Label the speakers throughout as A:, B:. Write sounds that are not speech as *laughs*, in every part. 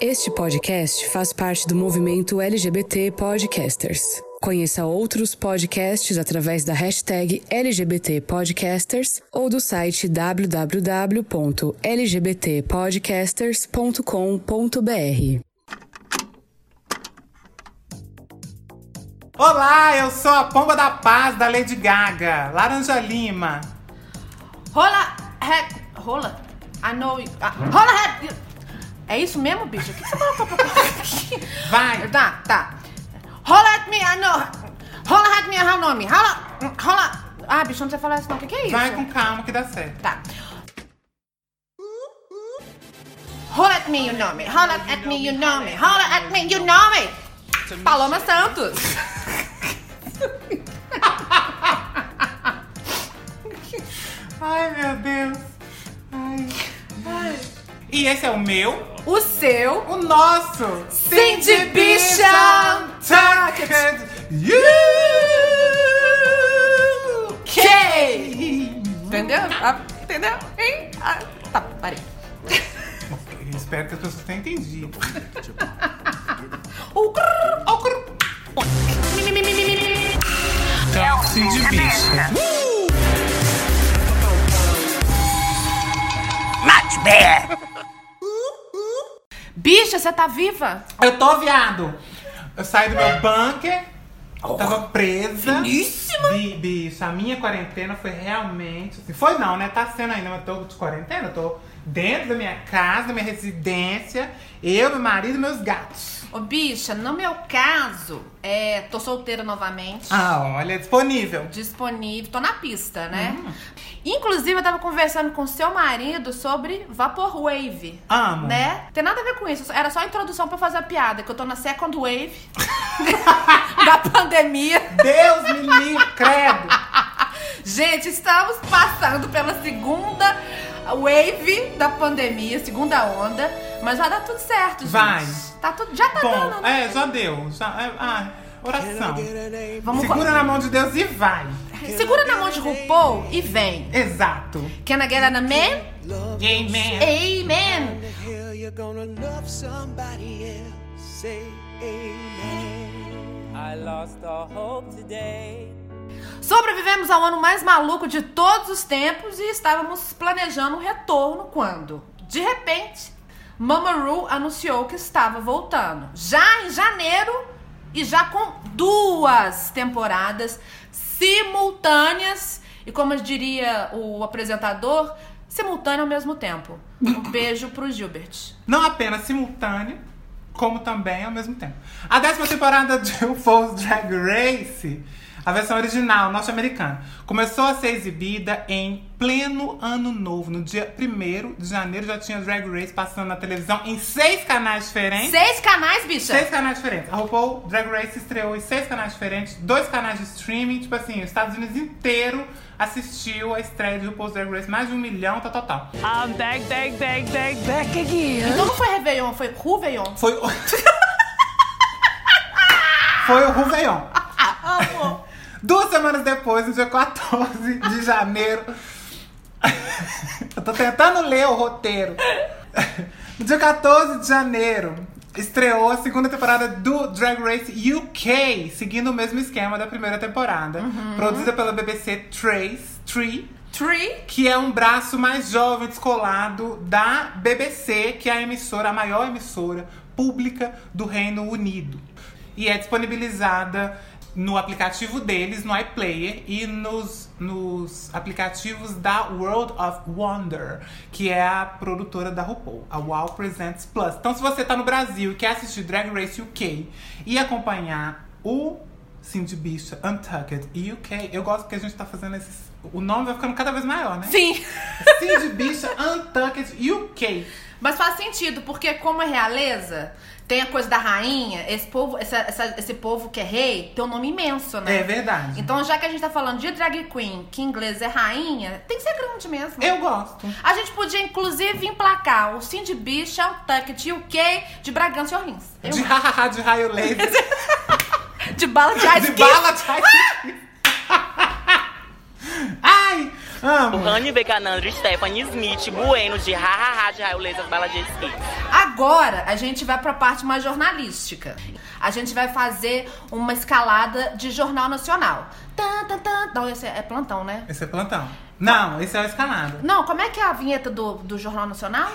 A: Este podcast faz parte do movimento LGBT Podcasters. Conheça outros podcasts através da hashtag LGBT Podcasters ou do site www.lgbtpodcasters.com.br.
B: Olá, eu sou a Pomba da Paz da Lady Gaga, Laranja Lima.
C: Rola, head, rola, I know you, ah, rola, head. É isso mesmo, bicho? O que você colocou pra colocar aqui?
B: Vai.
C: Tá, tá. Rola at me, I know. Rola at me, how nome? Rola, rola. Ah, bicho, não sei falar isso não. O que, que é isso?
B: Vai com calma que dá certo.
C: Tá. Rola at me, you know me. Rola at me, you know me. Rola at me, you know me. Paloma Santos.
B: Ai, meu Deus. Ai. Ai. E esse é o meu,
C: O seu.
B: o nosso.
C: Cindy Bicha
B: Tucked You.
C: K. Entendeu? Ah, entendeu? Hein? Ah, tá, parei.
B: Eu espero que as pessoas tenham entendido.
C: O crrr, o crrr.
B: Cindy Bicha.
C: Bicha, você tá viva?
B: Eu tô viado. Eu saí do meu bunker. Tava presa.
C: Finíssima.
B: Bi- Bicho, a minha quarentena foi realmente. assim, foi não, né? Tá sendo ainda, mas tô de quarentena. Tô dentro da minha casa, da minha residência. Eu, meu marido e meus gatos.
C: Ô, bicha, no meu caso, é, tô solteira novamente.
B: Ah, olha, é disponível.
C: Disponível, tô na pista, né?
B: Hum.
C: Inclusive, eu tava conversando com seu marido sobre Vaporwave.
B: Amo.
C: Né? Tem nada a ver com isso. Era só a introdução pra eu fazer a piada, que eu tô na
B: *laughs*
C: second wave da pandemia.
B: Deus me livre, *laughs* credo.
C: Gente, estamos passando pela segunda wave da pandemia, segunda onda, mas vai dar tudo certo, gente.
B: Vai.
C: Tá tudo, já tá dando,
B: Bom,
C: né?
B: é, já deu. Já, é, ah, oração.
C: Vamos
B: Segura na mão de Deus e vai.
C: Segura na mão de RuPaul e vem.
B: Exato.
C: Can I get an amen? é
B: Amen.
C: Amen.
D: hell you're gonna love somebody else. Say amen.
E: I lost all hope today.
C: Sobrevivemos ao ano mais maluco de todos os tempos e estávamos planejando um retorno quando, de repente, Mama Ru anunciou que estava voltando. Já em janeiro e já com duas temporadas simultâneas e como diria o apresentador, simultâneo ao mesmo tempo. Um beijo pro Gilbert.
B: Não apenas simultâneo, como também ao mesmo tempo. A décima temporada de *laughs* RuPaul's Drag Race, a versão original norte-americana, começou a ser exibida em pleno ano novo. No dia 1 de janeiro já tinha Drag Race passando na televisão em seis canais diferentes.
C: Seis canais, bicha.
B: Seis canais diferentes. A RuPaul Drag Race estreou em seis canais diferentes, dois canais de streaming. Tipo assim, os Estados Unidos inteiro assistiu a estreia de RuPaul's Drag Race. Mais de um milhão, tal, tal, tal.
E: I'm back, back, back, back, back again.
C: Então não foi Réveillon, foi Ruveillon.
B: Foi o... *laughs* Foi o Réveillon. Duas semanas depois, no dia 14 de janeiro. *laughs* Eu tô tentando ler o roteiro. No dia 14 de janeiro, estreou a segunda temporada do Drag Race UK, seguindo o mesmo esquema da primeira temporada. Produzida pela BBC Trace, Tree,
C: Tree.
B: que é um braço mais jovem, descolado da BBC, que é a emissora, a maior emissora pública do Reino Unido. E é disponibilizada no aplicativo deles, no iPlayer, e nos, nos aplicativos da World of Wonder, que é a produtora da RuPaul, a Wow Presents Plus. Então, se você tá no Brasil e quer assistir Drag Race UK e acompanhar o Cindy Bicha, Untucked e UK. Eu gosto porque a gente tá fazendo esses. O nome vai ficando cada vez maior, né?
C: Sim.
B: Cindy Bicha, Untucked UK.
C: Mas faz sentido, porque como é realeza, tem a coisa da rainha, esse povo, essa- essa- esse povo que é rei tem um nome imenso, né?
B: É verdade.
C: Então, já que a gente tá falando de drag queen, que em inglês é rainha, tem que ser grande mesmo.
B: Eu gosto.
C: A gente podia, inclusive, emplacar o Cindy Bicha, o Tucket e o Kay de Bragança e Orrins. Eu-
B: De hahaha de raio laser.
C: *laughs* De bala de
B: de
C: ice
B: bala de raio *laughs* Ai!
F: O
B: Amo.
F: Honey Becanandro, Stephanie Smith, Bueno de hahaha de Raiolesas Bala de Skate.
C: Agora a gente vai pra parte mais jornalística. A gente vai fazer uma escalada de jornal nacional. Tan, tan, tan. Não, esse é é plantão, né?
B: Esse é plantão. Não, esse é o escalado.
C: Não, como é que é a vinheta do, do Jornal Nacional?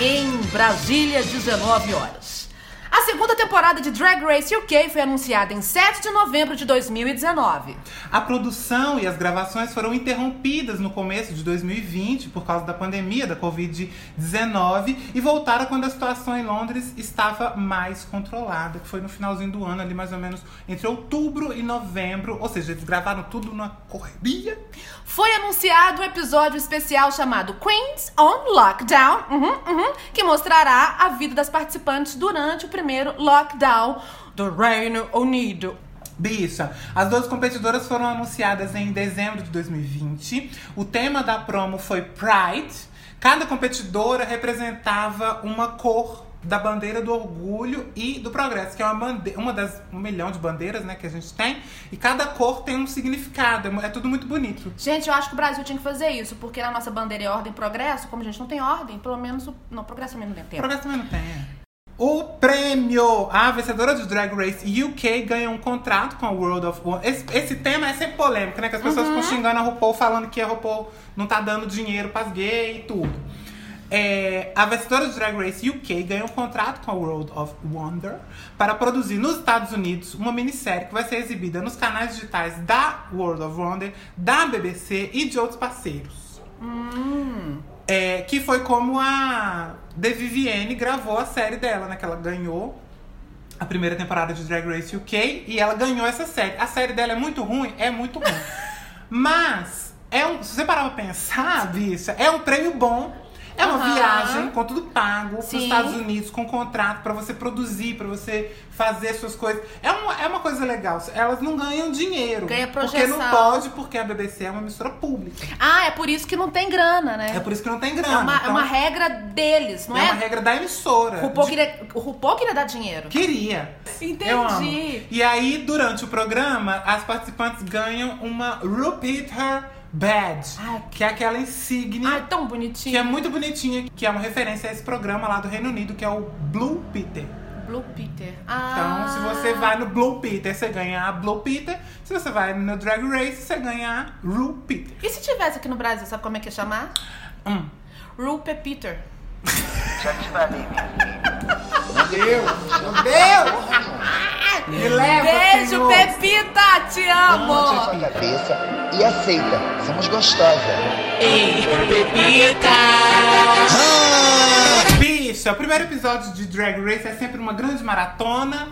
C: Em Brasília, 19 horas. A segunda temporada de Drag Race UK foi anunciada em 7 de novembro de 2019.
B: A produção e as gravações foram interrompidas no começo de 2020 por causa da pandemia da Covid-19 e voltaram quando a situação em Londres estava mais controlada, que foi no finalzinho do ano, ali mais ou menos entre outubro e novembro. Ou seja, eles gravaram tudo na correria.
C: Foi anunciado um episódio especial chamado Queens on Lockdown, uhum, uhum, que mostrará a vida das participantes durante o primeiro lockdown do Reino Unido.
B: Bicha, as duas competidoras foram anunciadas em dezembro de 2020. O tema da promo foi Pride. Cada competidora representava uma cor da bandeira do orgulho e do progresso, que é uma, bande- uma das um milhão de bandeiras né, que a gente tem. E cada cor tem um significado. É tudo muito bonito.
C: Gente, eu acho que o Brasil tinha que fazer isso, porque na nossa bandeira é ordem e progresso, como a gente não tem ordem, pelo menos o. Não, progresso também não tem
B: O
C: tempo.
B: progresso também não tem. O prêmio! A vencedora de Drag Race UK ganha um contrato com a World of One. Esse, esse tema é sempre polêmico, né? Que as pessoas ficam xingando a RuPaul, falando que a RuPaul não tá dando dinheiro pras gays e tudo. É, a vencedora de Drag Race UK ganha um contrato com a World of Wonder para produzir nos Estados Unidos uma minissérie que vai ser exibida nos canais digitais da World of Wonder, da BBC e de outros parceiros. É, que foi como a The Vivienne gravou a série dela, né? Que ela ganhou a primeira temporada de Drag Race UK e ela ganhou essa série. A série dela é muito ruim? É muito ruim.
C: *laughs*
B: Mas, é um, se você parar pra pensar, bicha, é um prêmio bom. É uma
C: Aham.
B: viagem com tudo pago pros
C: Sim.
B: Estados Unidos, com contrato pra você produzir, pra você fazer suas coisas. É uma, é uma coisa legal. Elas não ganham dinheiro.
C: Ganha
B: porque não
C: projeção.
B: pode, porque a BBC é uma emissora pública.
C: Ah, é por isso que não tem grana, né?
B: É por isso que não tem
C: É
B: grana.
C: uma, é
B: Então,
C: uma regra deles, não
B: é
C: é?
B: uma regra da emissora.
C: O RuPaul
B: De-
C: queria, o RuPaul queria dar dinheiro.
B: Queria.
C: Entendi.
B: Eu amo. E aí, durante o programa, as participantes ganham uma Repeat Her Badge,
C: Ai.
B: que é aquela insígnia
C: Ai, tão
B: que
C: bonitinho.
B: é muito bonitinha, que é uma referência a esse programa lá do Reino Unido, que é o Blue Peter.
C: Blue Peter.
B: é Então,
C: Ah.
B: se você vai no Blue Peter, você ganha a Blue Peter. Se você vai no Drag Race, você ganha a Ru Peter.
C: E se tivesse aqui no Brasil, sabe como é que ia chamar?
B: Hum.
C: Rupe Peter.
B: Meu Deus! Me leva,
C: Beijo,
B: Senhor.
C: Pepita! Te
G: Levante a
C: amo!
G: sua cabeça e aceita. Somos gostosas.
B: Bicha, o primeiro episódio de Drag Race é sempre uma grande maratona.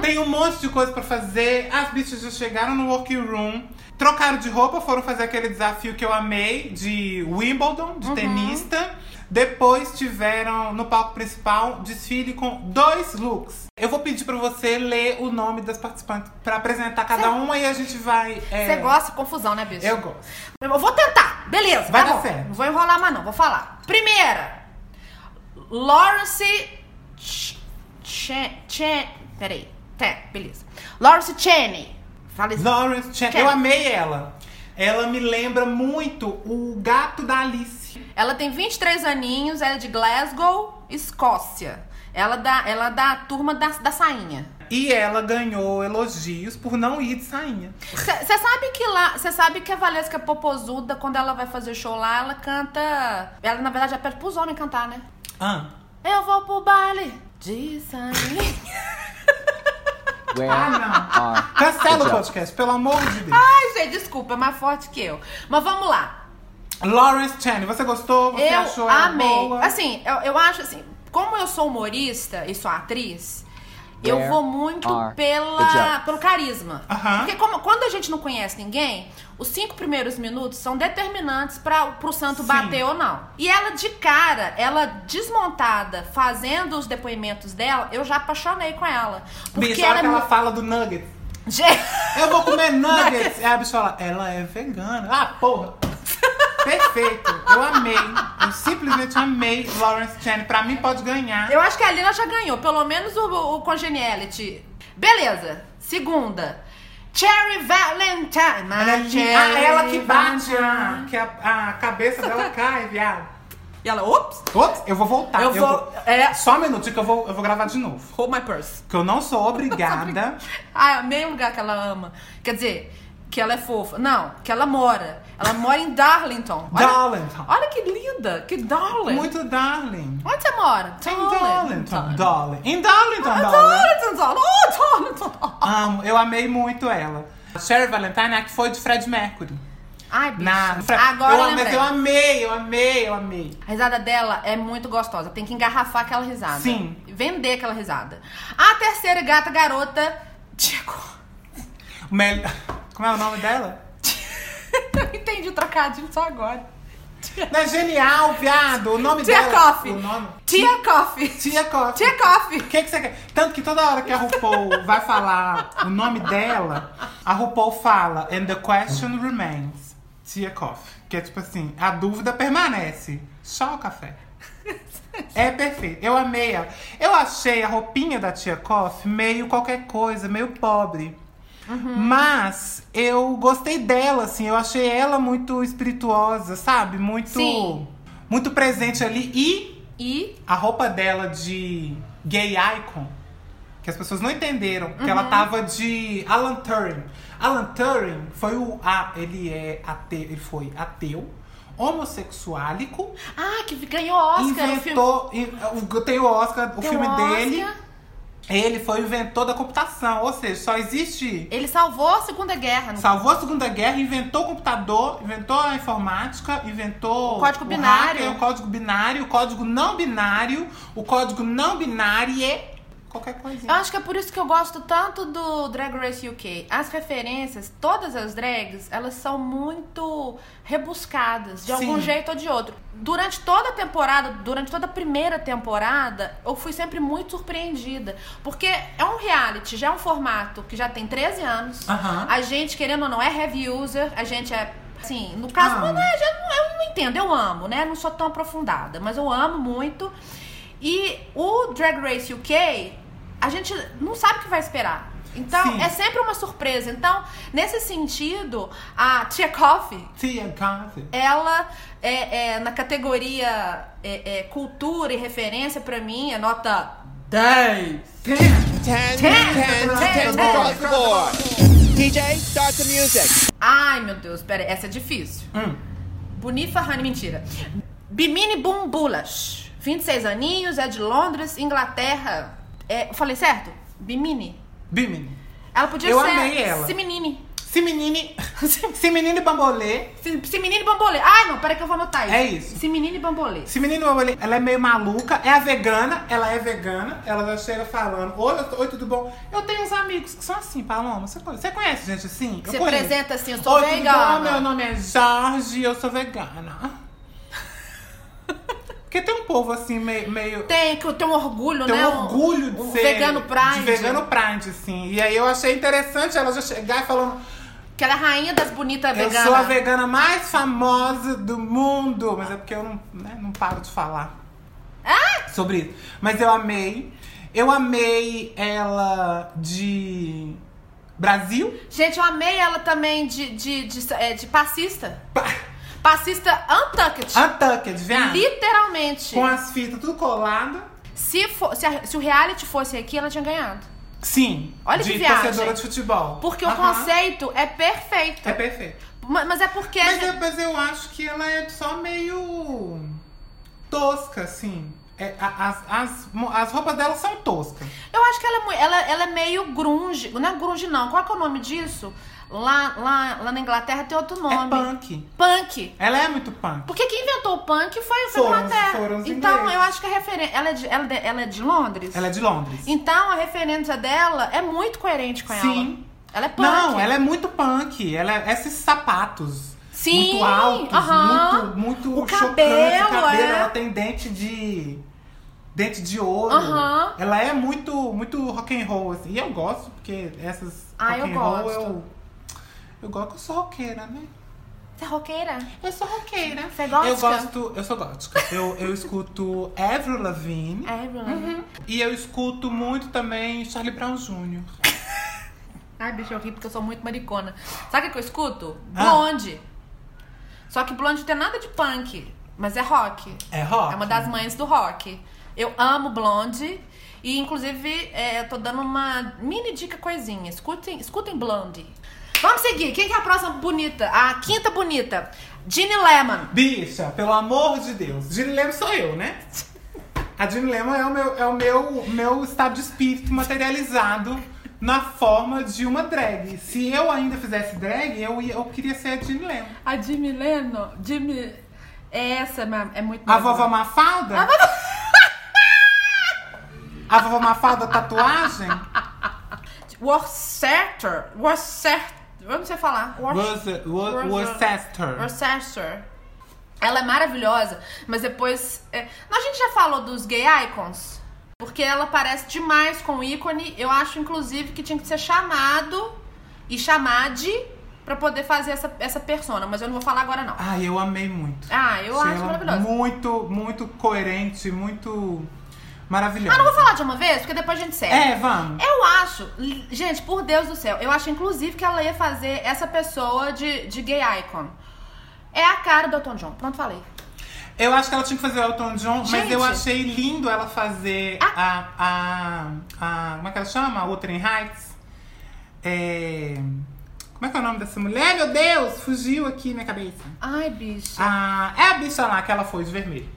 B: Tem um monte de coisa pra fazer. As bichas já chegaram no workroom, trocaram de roupa, foram fazer aquele desafio que eu amei de Wimbledon, de tenista. Depois tiveram no palco principal desfile com dois looks. Eu vou pedir pra você ler o nome das participantes pra apresentar cada uma e a gente vai. é,
C: Você gosta de confusão, né, bicho?
B: Eu gosto.
C: Eu vou tentar, beleza.
B: Vai
C: tá
B: dar
C: bom.
B: certo.
C: Não vou enrolar mais, não, vou falar. Primeira, Lawrence. Ch- Chen. Chen. Peraí. Tá, beleza. Lawrence Cheney. Fala isso.
B: Lawrence Chan.
C: Chan.
B: Eu amei ela. Ela me lembra muito o gato da Alice.
C: Ela tem 23 aninhos, ela é de Glasgow, Escócia. Ela da, ela é da turma da, da sainha.
B: E ela ganhou elogios por não ir de sainha.
C: Você sabe que lá, você sabe que a Valesca Popozuda, quando ela vai fazer show lá, ela canta. Ela, na verdade, ela pede pros homens cantar, né?
B: Ah.
C: Eu vou pro baile de sainha.
B: Ah, não. Cancela o podcast, pelo amor de Deus.
C: *laughs* Ai, gente, desculpa, é mais forte que eu. Mas vamos lá.
B: Lawrence Chan, você gostou? Você achou
C: eu
B: ela
C: amei.
B: boa?
C: Assim, eu, eu acho assim, como eu sou humorista e sou atriz, eu
H: Where
C: vou muito
H: are the
C: pela,
H: jokes?
C: pelo carisma.
B: Aham.
C: Porque como- quando a gente não conhece ninguém, os cinco primeiros minutos são determinantes para pro santo
B: Sim.
C: bater ou não. E ela de cara, ela desmontada, fazendo os depoimentos dela, eu já apaixonei com ela. Porque
B: Bicho, a
C: ela
B: hora
C: é
B: que ela
C: mu- *laughs*
B: fala do nuggets.
C: Gente, *laughs*
B: Eu vou comer nuggets. Aí a bicha fala, ela é vegana. Ah, porra. Perfeito. Eu amei. Eu simplesmente amei Lawrence Chan. Pra mim, pode ganhar.
C: Eu acho que a Lina já ganhou, pelo menos o, o Congeniality. Beleza. Segunda. Cherry Valentine.
B: Ela, é linda. Ah, ela que bate,
C: Valentine.
B: ah, que a, a cabeça dela cai, viado.
C: E ela, ops,
B: Ops, eu vou voltar.
C: Eu vou- é.
B: Só um minutinho que eu vou, eu vou gravar de novo.
C: hold my purse.
B: Que eu não sou
C: *laughs*
B: obrigada.
C: Ah, meio lugar que ela ama. Quer dizer, que ela é fofa. Não, que ela mora. Ela mora em Darlington. Olha-
B: Darlington.
C: Olha que linda, que darling.
B: Muito darling.
C: Onde você mora? Ah,
B: Em Darlington, darling. Em Darlington, Ah, darling.
C: Darlington, darling. Oh, Darlington.
B: Amo, eu amei muito ela. A Sherry Valentine é a que foi de Fred Mercury.
C: Ai, bicho.
B: Na,
C: Agora
B: eu,
C: eu
B: amei,
C: lembrei.
B: eu amei, eu amei, eu amei.
C: A risada dela é muito gostosa. Tem que engarrafar aquela risada.
B: Sim.
C: Vender aquela risada. A terceira gata garota, Diego.
B: Mel... *laughs* Como é o nome dela?
C: *laughs* Eu entendi o trocadilho só agora.
B: Não é genial, viado. O nome
C: Tia
B: dela.
C: Coffee.
B: O nome.
C: Tia Coffee.
B: Tia Coffee.
C: Tia Coffee.
B: O que, que você quer? Tanto que toda hora que a RuPaul vai falar o nome dela, a RuPaul fala And the question remains. Tia Coffee. Que é tipo assim, a dúvida permanece. Só o café.
C: *laughs*
B: É perfeito. Eu amei ela. Eu achei a roupinha da Tia Coffee meio qualquer coisa, meio pobre.
C: Uhum.
B: Mas eu gostei dela, assim. Eu achei ela muito espirituosa, sabe? Muito,
C: Sim.
B: muito presente ali. E
C: E
B: a roupa dela de gay icon, que as pessoas não entenderam, que
C: Uhum.
B: ela tava de Alan Turing. Alan Turing foi o ah, ele é ateu, ele foi ateu, homossexuálico,
C: Ah, que ganhou Oscar no filme.
B: inventou, in- o- tem o Oscar, o
C: Tem
B: filme
C: Oscar.
B: dele. Ele foi o inventor da computação, ou seja, só existe
C: Ele salvou a Segunda Guerra. no-
B: Salvou a Segunda Guerra, inventou o computador, inventou a informática, inventou
C: O código
B: o
C: binário.
B: hacker, o código binário, o código não binário, o código não binário é qualquer
C: Eu
B: coisinha.
C: acho que é por isso que eu gosto tanto do Drag Race UK. As referências, todas as drags, elas são muito rebuscadas, de algum
B: Sim.
C: jeito ou de outro. Durante toda a temporada, durante toda a primeira temporada, eu fui sempre muito surpreendida. Porque é um reality, já é um formato que já tem 13 anos.
B: Aham.
C: A gente, querendo ou não, é heavy user, a gente é. Assim, no caso,
B: Ah.
C: mas não é, já não- eu não entendo, eu amo, né? Não sou tão aprofundada, mas eu amo muito. E o Drag Race UK, a gente não sabe o que vai esperar. Então,
B: Sim.
C: é sempre uma surpresa. Então, nesse sentido, a Tia Coffee,
B: Tia Coffee.
C: ela é, é na categoria é, é, cultura e referência, pra mim, é nota 10.
B: é?
D: 10, 10, 10,
C: 10,
D: 10 across the board. DJ, start the music.
C: Ai, meu Deus, pera, essa é difícil.
B: Hum.
C: Bonifa Honey, mentira. Bimini Bumbulas, 26 aninhos, é de Londres, Inglaterra. É, eu falei certo? Bimini.
B: Bimini.
C: Ela podia
B: Eu
C: ser
B: amei ela.
C: Simenini.
B: Se
C: *laughs*
B: menine. Se menine bambolê.
C: Se, se menino e bambolê. Ai, não, peraí que eu vou anotar isso.
B: É isso.
C: Se menino e bambolê.
B: Se menine bambolê, ela é meio maluca, é a vegana, ela é vegana, ela já chega falando: Oi, eu tô- oi tudo bom? Eu tenho uns amigos que são assim, Paloma. Você conhece, você conhece gente assim? Eu
C: Você
B: conheço.
C: apresenta assim, eu sou
B: Oi, tudo bom? Meu
C: vegana.
B: nome é Jorge e eu sou vegana. Porque tem um povo assim, meio. meio
C: Tem, que eu tenho orgulho,
B: tem
C: né?
B: um orgulho de
C: um
B: ser.
C: Vegano pride.
B: De vegano pride, assim. E aí eu achei interessante ela já chegar e falando:
C: Que ela é a rainha das bonitas veganas.
B: Eu sou a vegana mais famosa do mundo. Mas é porque eu não, né, não paro de falar
C: Ah!
B: sobre isso. Mas eu amei. Eu amei ela de Brasil. *laughs*
C: Gente, eu amei ela também de, de, de, é, de passista.
B: Pa-
C: Passista Untucked.
B: Untucked, viado.
C: Literalmente.
B: Ah. Com as fitas tudo colado.
C: Se, fo- se, a- se o reality fosse aqui, ela tinha ganhado.
B: Sim.
C: Olha
B: de
C: que viagem.
B: torcedora de futebol.
C: Porque o
B: Aham.
C: conceito é perfeito.
B: É perfeito.
C: Ma- Mas é porque. a
B: Mas,
C: gente-
B: eu- mas eu acho que ela é só meio tosca, assim. É, a- as, as, mo- as roupas dela são toscas.
C: Eu acho que ela é, mui- ela, ela é meio grunge. Não é grunge, não. Qual que é o nome disso? Lá, lá, lá na Inglaterra tem outro nome.
B: É punk.
C: Punk.
B: Ela é muito punk.
C: Porque quem inventou o punk foi, foi
B: Foram-
C: a Inglaterra.
B: foram os
C: então,
B: ingleses.
C: eu acho que a referência... Ela, é de- ela, é de- ela é de Londres?
B: Ela é de Londres.
C: Então, a referência dela é muito coerente com
B: Sim.
C: ela. Ela é punk.
B: Não, ela é muito punk. Ela é esses sapatos.
C: Sim,
B: Muito altos,
C: aham.
B: muito, muito
C: O
B: chocante.
C: cabelo,
B: o cabelo,
C: é.
B: ela tem dente de. Dente de ouro.
C: Aham.
B: Ela é muito, muito rock and roll, assim. E eu gosto, porque essas
C: Ah,
B: rock
C: eu
B: and roll
C: gosto.
B: eu. Eu gosto que eu sou roqueira, né?
C: Você é roqueira?
B: Eu sou roqueira.
C: Você é gótica?
B: Eu gosto. Eu sou gótica. eu, eu escuto Avril Lavigne.
C: É, Bruno.
B: E eu escuto muito também Charlie Brown Jr.
C: Ai, bicho, eu ri porque eu sou muito maricona. Sabe o que eu escuto?
B: Ah.
C: Blonde. Só que blonde não tem nada de punk, mas é rock.
B: É rock?
C: É uma das mães do rock. Eu amo blonde. E, inclusive, é, eu tô dando uma mini dica coisinha. Escutem, escutem blonde. Vamos seguir. Quem que é a próxima bonita? A quinta bonita. Ginny Lemon.
B: Bicha, pelo amor de Deus. Gene Lema sou eu, né? A Gene Lema é o, meu, é o meu, meu estado de espírito materializado na forma de uma drag. Se eu ainda fizesse drag, eu, ia- eu queria ser a Gene Lema.
C: A Jimmy Leno. Jimmy... Essa é ma- é muito...
B: A vovó Mafalda? A vovó Mafalda tatuagem?
C: Worcester. Worcester. Eu não sei falar.
B: Worce- Wor- Worcester.
C: Worcester. Ela é maravilhosa, mas depois. é, A gente já falou dos gay icons, porque ela parece demais com o ícone. Eu acho, inclusive, que tinha que ser chamado e chamar de pra poder fazer essa, essa persona, mas eu não vou falar agora, não.
B: Ai, eu amei muito.
C: Ah, eu
B: Achei
C: acho
B: ela é
C: maravilhosa.
B: Muito, muito coerente, muito maravilhosa.
C: Mas Ah, não vou falar de uma vez, porque depois a gente segue.
B: É, vamos.
C: Eu acho, li- gente, por Deus do céu, eu acho inclusive que ela ia fazer essa pessoa de, de gay icon. É a cara do Elton John. Pronto, falei.
B: Eu acho que ela tinha que fazer o Elton John, mas
C: Gente. Ah.
B: eu achei lindo ela fazer a, a, a. Como é que ela chama? A Wuthering Heights. É, Como é que é o nome dessa mulher? Meu Deus, fugiu aqui minha cabeça.
C: Ai, bicho.
B: Ah, é a bicha lá que ela foi de vermelho.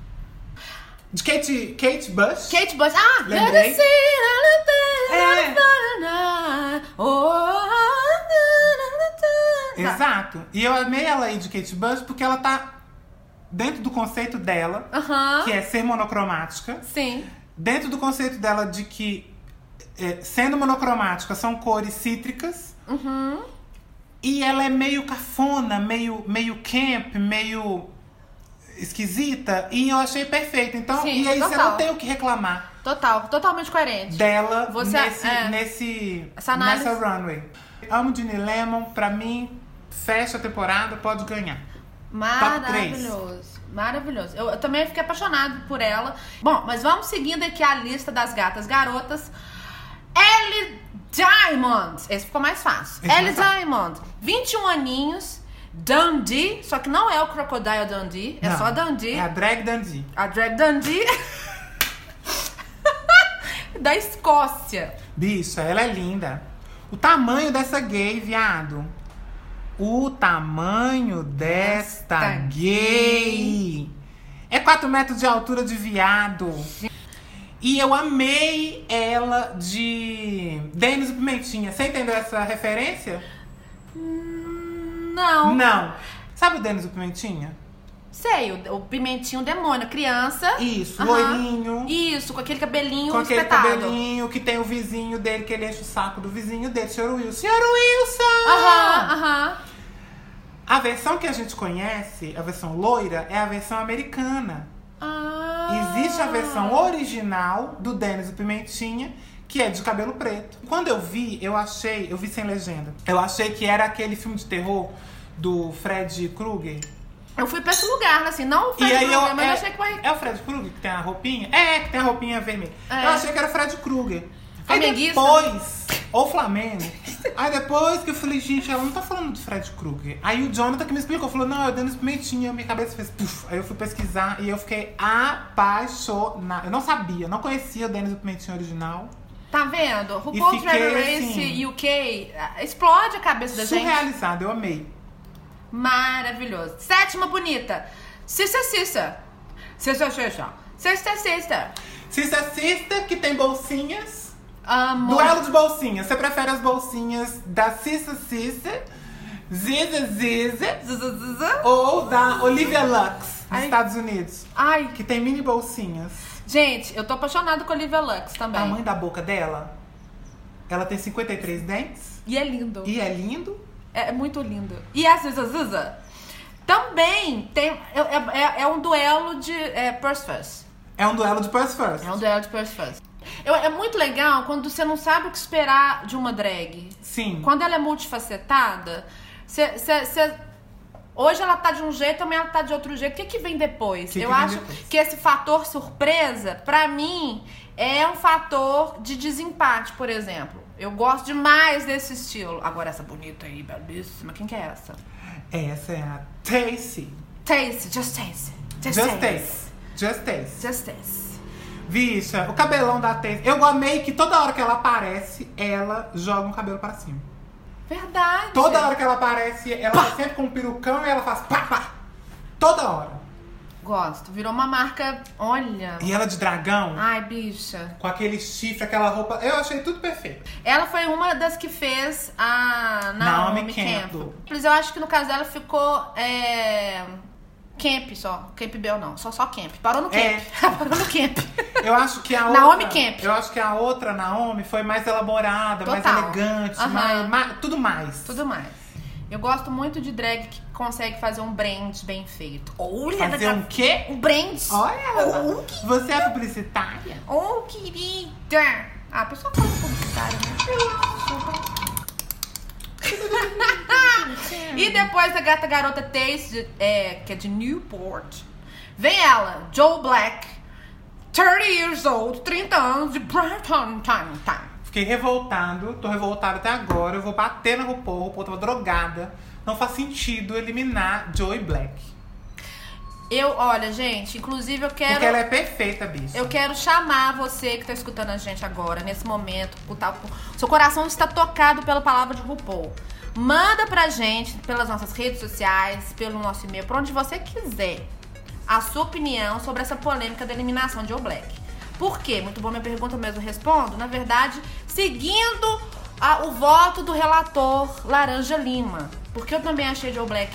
B: De Kate, Kate Bush.
C: Kate Bush. Ah,
B: Lembrei.
C: let us see another
B: É.
C: thing, another night. Oh, another night.
B: Exato. E eu amei ela aí de Kate Bush porque ela tá dentro do conceito dela,
C: Tá. Aham.
B: que é ser monocromática.
C: Sim.
B: Dentro do conceito dela de que, é, sendo monocromática, são cores cítricas.
C: Uhum.
B: E ela é meio cafona, meio, meio camp, meio esquisita. E eu achei perfeito. Então,
C: Sim,
B: e aí você
C: total.
B: não tem o que reclamar
C: Total, totalmente coerente.
B: dela
C: Você-
B: nesse,
C: é.
B: nesse
C: Essa análise.
B: nessa runway. Amo Dini Lemon, pra mim, fecha a temporada, pode ganhar.
C: Maravilhoso. Maravilhoso. Eu, eu também fiquei apaixonado por ela. Bom, mas vamos seguindo aqui a lista das gatas garotas. Ellie Diamond. Esse ficou mais fácil.
B: Esse
C: Ellie
B: mais fácil.
C: Diamond. 21 aninhos. Dundee. Só que não é o Crocodile Dundee. É
B: Não,
C: só Dundee.
B: É a drag Dundee.
C: A Drag Dundee. *laughs* da Escócia.
B: Bicha, ela é linda. O tamanho dessa gay, viado. O tamanho desta
C: Esta
B: gay. É 4 metros de altura de viado. E eu amei ela de Denis e Pimentinha. Você entendeu essa referência?
C: Não.
B: Não. Sabe o Denis e Pimentinha?
C: Sei, o, o pimentinho demônio, criança.
B: Isso,
C: Aham.
B: loirinho.
C: Isso, com aquele cabelinho
B: Com aquele
C: um espetado.
B: cabelinho que tem o vizinho dele, que ele enche o saco do vizinho dele, Sr. Wilson. Sr. Wilson!
C: Aham, aham.
B: A versão que a gente conhece, a versão loira, é a versão americana.
C: Ah.
B: Existe a versão original do Denis e Pimentinha, que é de cabelo preto. Quando eu vi, eu achei, eu vi sem legenda. Eu achei que era aquele filme de terror do Fred Krueger.
C: Eu fui pra esse lugar, assim, não foi
B: E aí eu,
C: mas
B: é,
C: eu achei que vai.
B: é o Fred Krueger que tem a roupinha? É, que tem a roupinha vermelha.
C: É.
B: Eu achei que era o Fred Krueger. Aí
C: Flamenguista.
B: depois, ou Flamengo. Aí depois que eu falei, gente, ela não tá falando do Fred Krueger. Aí o Jonathan que me explicou, falou, não, é o Dennis Pimentinha. Minha cabeça fez puf. Aí eu fui pesquisar e eu fiquei apaixonada. Eu não sabia, não conhecia o Dennis Pimentinha original.
C: Tá vendo? RuPaul
B: fiquei,
C: Drag Race
B: assim,
C: UK ah, explode a cabeça da gente.
B: Surrealizado, eu amei.
C: Maravilhoso. Sétima bonita. Sister Sister. Sister Sister. Sister Sister.
B: Sister Sister, que tem bolsinhas.
C: Amo.
B: Duelo de bolsinhas. Você prefere as bolsinhas da Cissa Cissa, Ziza Ziza
C: Zzzz.
B: ou da Olivia Lux, dos
C: Ai.
B: Estados Unidos?
C: Ai,
B: Que tem mini bolsinhas.
C: gente, eu tô apaixonada com a Olivia Lux
B: O
C: também.
B: tamanho da boca dela, ela tem 53 dentes
C: E é lindo.
B: e é lindo.
C: É, é muito lindo. E a Zuza Zuza também tem. É, é- é um duelo de é, Purse First.
B: É um duelo de Purse First.
C: É um duelo de Purse First. Eu- é muito legal quando você não sabe o que esperar de uma drag.
B: Sim.
C: Quando ela é multifacetada, você. você- você- Hoje ela tá de um jeito, amanhã ela tá de outro jeito. O que, que vem depois?
B: O que que
C: Eu
B: vem
C: acho
B: depois?
C: que esse fator surpresa, pra mim, é um fator de desempate, por exemplo. Eu gosto demais desse estilo. Agora, essa bonita aí, belíssima. Quem que é essa?
B: Essa é a Tacy.
C: Taste, just taste. Just,
B: Just
C: taste.
B: Tacy. Just Tacy.
C: Just taste.
B: Bicha, o cabelão da Tacy. Eu amei que toda hora que ela aparece, ela joga um cabelo pra cima.
C: Verdade.
B: Toda hora que ela aparece, ela tá sempre com um perucão e ela faz pá, pá. Toda hora.
C: Gosto. Virou uma marca. Olha.
B: E ela de dragão,
C: Ai, bicha.
B: com aquele chifre, aquela roupa. Eu achei tudo perfeito.
C: Ela foi uma das que fez a Naomi,
B: Naomi
C: Campbell.
B: Campbell.
C: Mas eu acho que no caso dela ficou é, Camp só. Camp Bell não. Só só Camp. Parou no Camp. *laughs*
B: É.
C: Parou no Camp.
B: Eu acho que a outra.
C: *laughs* Naomi Campbell.
B: Eu acho que a outra Naomi foi mais elaborada,
C: Total.
B: mais elegante,
C: Aham.
B: mais, mais- tudo mais.
C: Tudo mais. Eu gosto muito de drag que consegue fazer um brand bem feito. Olha,
B: Fazer
C: daqui-
B: um quê?
C: Um brand.
B: Olha! Você é publicitária?
C: Oh, querida! Ah, a pessoa fala publicitária, né? *laughs* e depois da gata garota Taste, é, que é de Newport, vem ela, Joe Black, 30 years old, 30 anos, de Brighton, time, time.
B: Fiquei revoltado, tô revoltado até agora. Eu vou bater na RuPaul, a RuPaul tava drogada. Não faz sentido eliminar Joey Black.
C: Eu, olha, gente, inclusive eu quero...
B: Porque ela é perfeita, bicho.
C: Eu quero chamar você que tá escutando a gente agora, nesse momento. o tal- o seu coração está tocado pela palavra de RuPaul. Manda pra gente pelas nossas redes sociais, pelo nosso e-mail, por onde você quiser, a sua opinião sobre essa polêmica da eliminação de All Black. Por quê? Muito boa minha pergunta, eu mesmo respondo. Na verdade, seguindo a- o voto do relator Laranja Lima. Porque eu também achei de All Black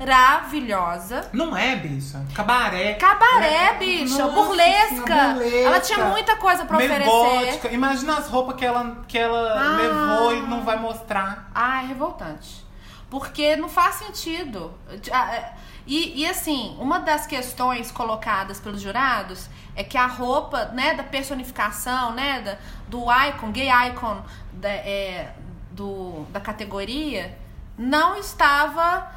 C: maravilhosa.
B: Não é, bicha? Cabaré.
C: Cabaré,
B: Ela-
C: bicha,
B: Né? Nossa,
C: burlesca.
B: burlesca.
C: Ela tinha muita coisa pra
B: Meio
C: oferecer.
B: gótica. Imagina as roupas que ela, que ela
C: Ah.
B: levou e não vai mostrar.
C: Ah, é revoltante. Porque não faz sentido. Ah, é- E, e, assim, uma das questões colocadas pelos jurados é que a roupa, né, da personificação, né, da, do icon, gay icon da, é, do, da categoria, não estava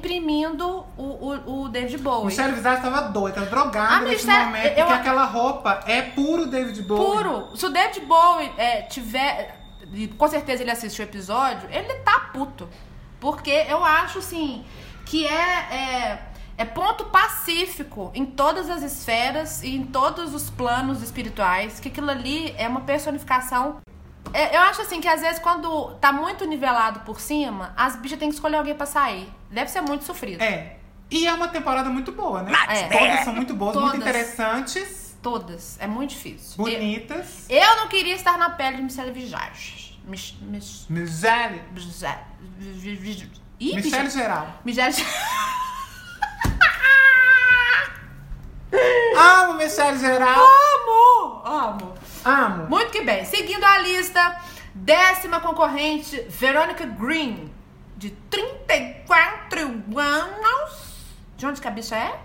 C: imprimindo o, o, o David Bowie.
B: Michelle Visage tava doida, tava drogada
C: Ah,
B: nesse
C: Michelle,
B: momento.
C: eu-
B: Porque aquela roupa é puro David Bowie.
C: Puro. Se o David Bowie é, tiver. e Com certeza ele assiste o episódio, ele tá puto. Porque eu acho, assim, que é, é, é ponto pacífico em todas as esferas e em todos os planos espirituais, que aquilo ali é uma personificação. É, eu acho, assim, que às vezes quando tá muito nivelado por cima, as bichas têm que escolher alguém pra sair. Deve ser muito sofrido.
B: É. E é uma temporada muito boa, né?
C: É.
B: Todas são muito boas, muito
C: Todas.
B: interessantes,
C: Todas. É muito difícil. Eu,
B: bonitas.
C: eu não queria estar na pele de Michelle Visage. Mich, Mich,
B: Michelle.
C: Ih,
B: Michelle
C: Michelle.
B: Geral.
C: Michelle.
B: Amo Michelle Geral.
C: *laughs* Amo! Amo.
B: Amo.
C: Muito que bem. Seguindo a lista, décima concorrente, Veronica Green, de 34 anos. De onde que a bicha é?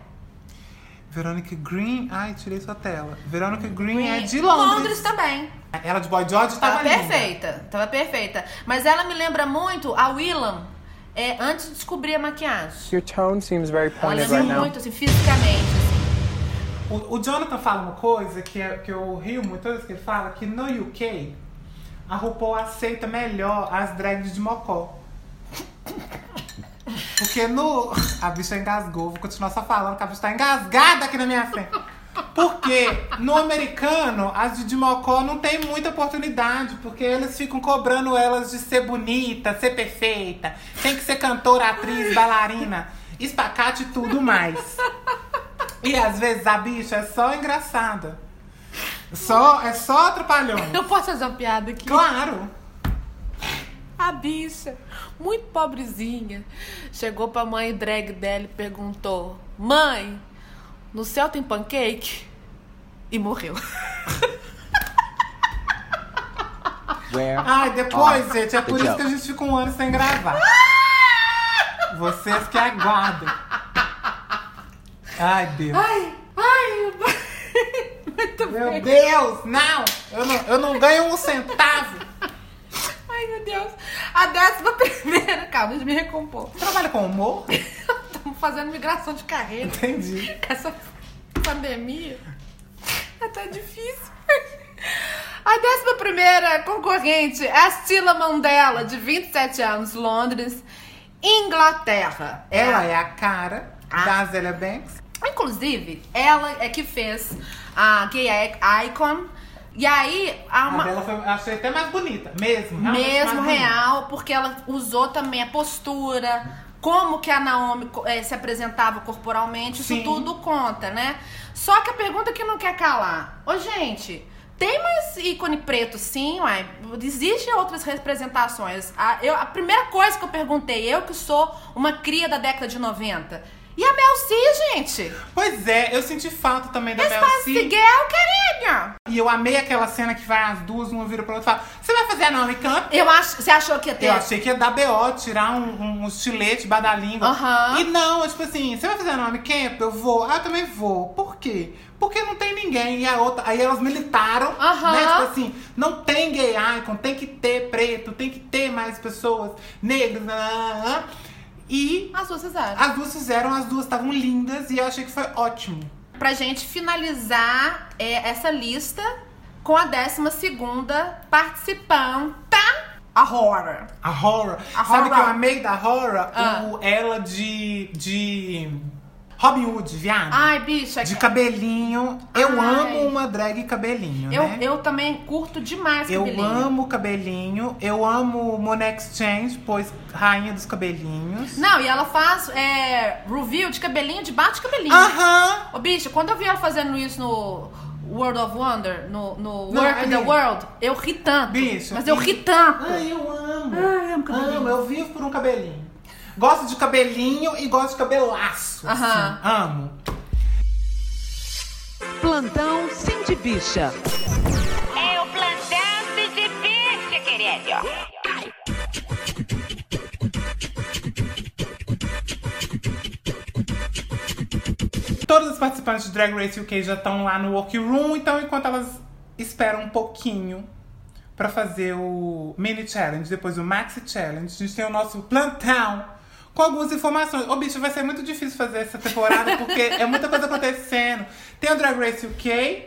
B: Veronica Green. Ai, tirei sua tela. Veronica Green, é de
C: Londres
B: Londres.
C: também.
B: Ela de Boy George
C: Tava
B: tava linda.
C: perfeita, tava perfeita. Mas ela me lembra muito a Willam é, antes de descobrir a maquiagem.
H: Your tone seems very
C: Ela
H: pointed
C: lembra
H: right now.
C: muito, assim, fisicamente. assim.
B: O, o Jonathan fala uma coisa que, é- que eu rio muito toda vez que ele fala, que no UK, a RuPaul aceita melhor as drags de mocó. Porque no... *laughs* A bicha engasgou, vou continuar só falando que a bicha tá engasgada aqui na minha frente. Porque no americano, as de- de mocó não tem muita oportunidade, porque eles ficam cobrando elas de ser bonita, ser perfeita, tem que ser cantora, atriz, bailarina, espacate e tudo mais. E às vezes a bicha é só engraçada. Só, é só atrapalhão.
C: Eu posso fazer uma piada aqui?
B: Claro.
C: A bicha, muito pobrezinha, chegou pra mãe drag dela e perguntou: Mãe, no céu tem pancake? E morreu.
H: Where?
B: Ai, depois,
H: Ah,
B: gente, é por isso
H: joke.
B: que a gente fica um ano sem gravar. Vocês que aguardem. Ai, Deus.
C: Ai, ai, *laughs* muito
B: Meu
C: bem.
B: Deus, não! Eu não, eu não ganho um centavo.
C: Ai, meu Deus. A décima primeira. Calma, deixa eu me recompor. *laughs*
B: Trabalha com humor?
C: Estamos fazendo migração de carreira.
B: Entendi.
C: Com essa pandemia. É tá difícil. A décima primeira concorrente é a Stila Mandela, de 27 anos, Londres, Inglaterra.
B: Ela é a cara
C: Ah.
B: da Zélia Banks.
C: Inclusive, ela é que fez a Gay Icon. E aí, há
B: A
C: uma,
B: dela foi, achei até mais bonita. Mesmo. realmente
C: mesmo
B: mais bonita.
C: real, porque ela usou também a postura, como que a Naomi co- eh, se apresentava corporalmente,
B: Sim.
C: isso tudo conta, né? Só que a pergunta que não quer calar, ô gente, tem mais ícone preto sim, uai? Existem outras representações. A, eu- a primeira coisa que eu perguntei, eu que sou uma cria da década de 90, e a Mel C, gente?
B: Pois é, eu senti falta também da Mel
C: Espaço
B: C.
C: Mel Girl, carinha!
B: E eu amei aquela cena que vai as duas, uma vira pra outra e fala: Você vai fazer a Naomi Campbell?
C: Eu acho, você achou que ia ter?
B: Eu achei que ia dar BO, tirar um, um, um estilete da língua.
C: Aham.
B: E não, é tipo assim, você vai fazer nome camp? Eu vou. Ah, eu também vou. Por quê? Porque não tem ninguém. E a outra, aí elas militaram,
C: Aham.
B: né? Tipo assim, não tem gay icon, tem que ter preto, tem que ter mais pessoas negras. né, nã, nã, nã, nã. E
C: As duas vocês acham?
B: as duas fizeram, as duas estavam lindas e eu achei que foi ótimo.
C: pra gente finalizar é, essa lista com a 12 participanta, a Horror.
B: A horror.
C: A
B: Sabe
C: horror.
B: que eu amei da horror?
C: Ah.
B: O, ela de. de. Robin Hood, viado.
C: Ai, bicha,
B: De cabelinho. Eu
C: Ai.
B: amo uma drag cabelinho,
C: eu,
B: né?
C: eu também curto demais
B: Eu
C: cabelinho.
B: amo cabelinho. Eu amo Monet Exchange, pois rainha dos cabelinhos.
C: Não, e ela faz é, review de cabelinho, de bate cabelinho.
B: Aham!
C: Ô, bicha, quando eu vi ela fazendo isso no World of Wonder, no, no
B: Não, é
C: Work the
B: ali.
C: World, eu ri tanto.
B: Bicho,
C: mas eu
B: e-
C: ri tanto.
B: Ai, eu
C: Ah,
B: amo. amo, eu vivo por um cabelinho. Gosto de cabelinho e gosto de cabelaço. assim.
C: Aham.
B: Amo.
I: Plantão Sim de Bicha.
J: É o plantão de bicha, querido.
B: Todas as participantes de Drag Race UK já estão lá no Workroom, então enquanto elas esperam um pouquinho pra fazer o Mini Challenge, depois o Maxi Challenge, a gente tem o nosso plantão com algumas informações. Ô, bicho, vai ser muito difícil fazer essa temporada porque é muita coisa acontecendo. Tem o Drag Race UK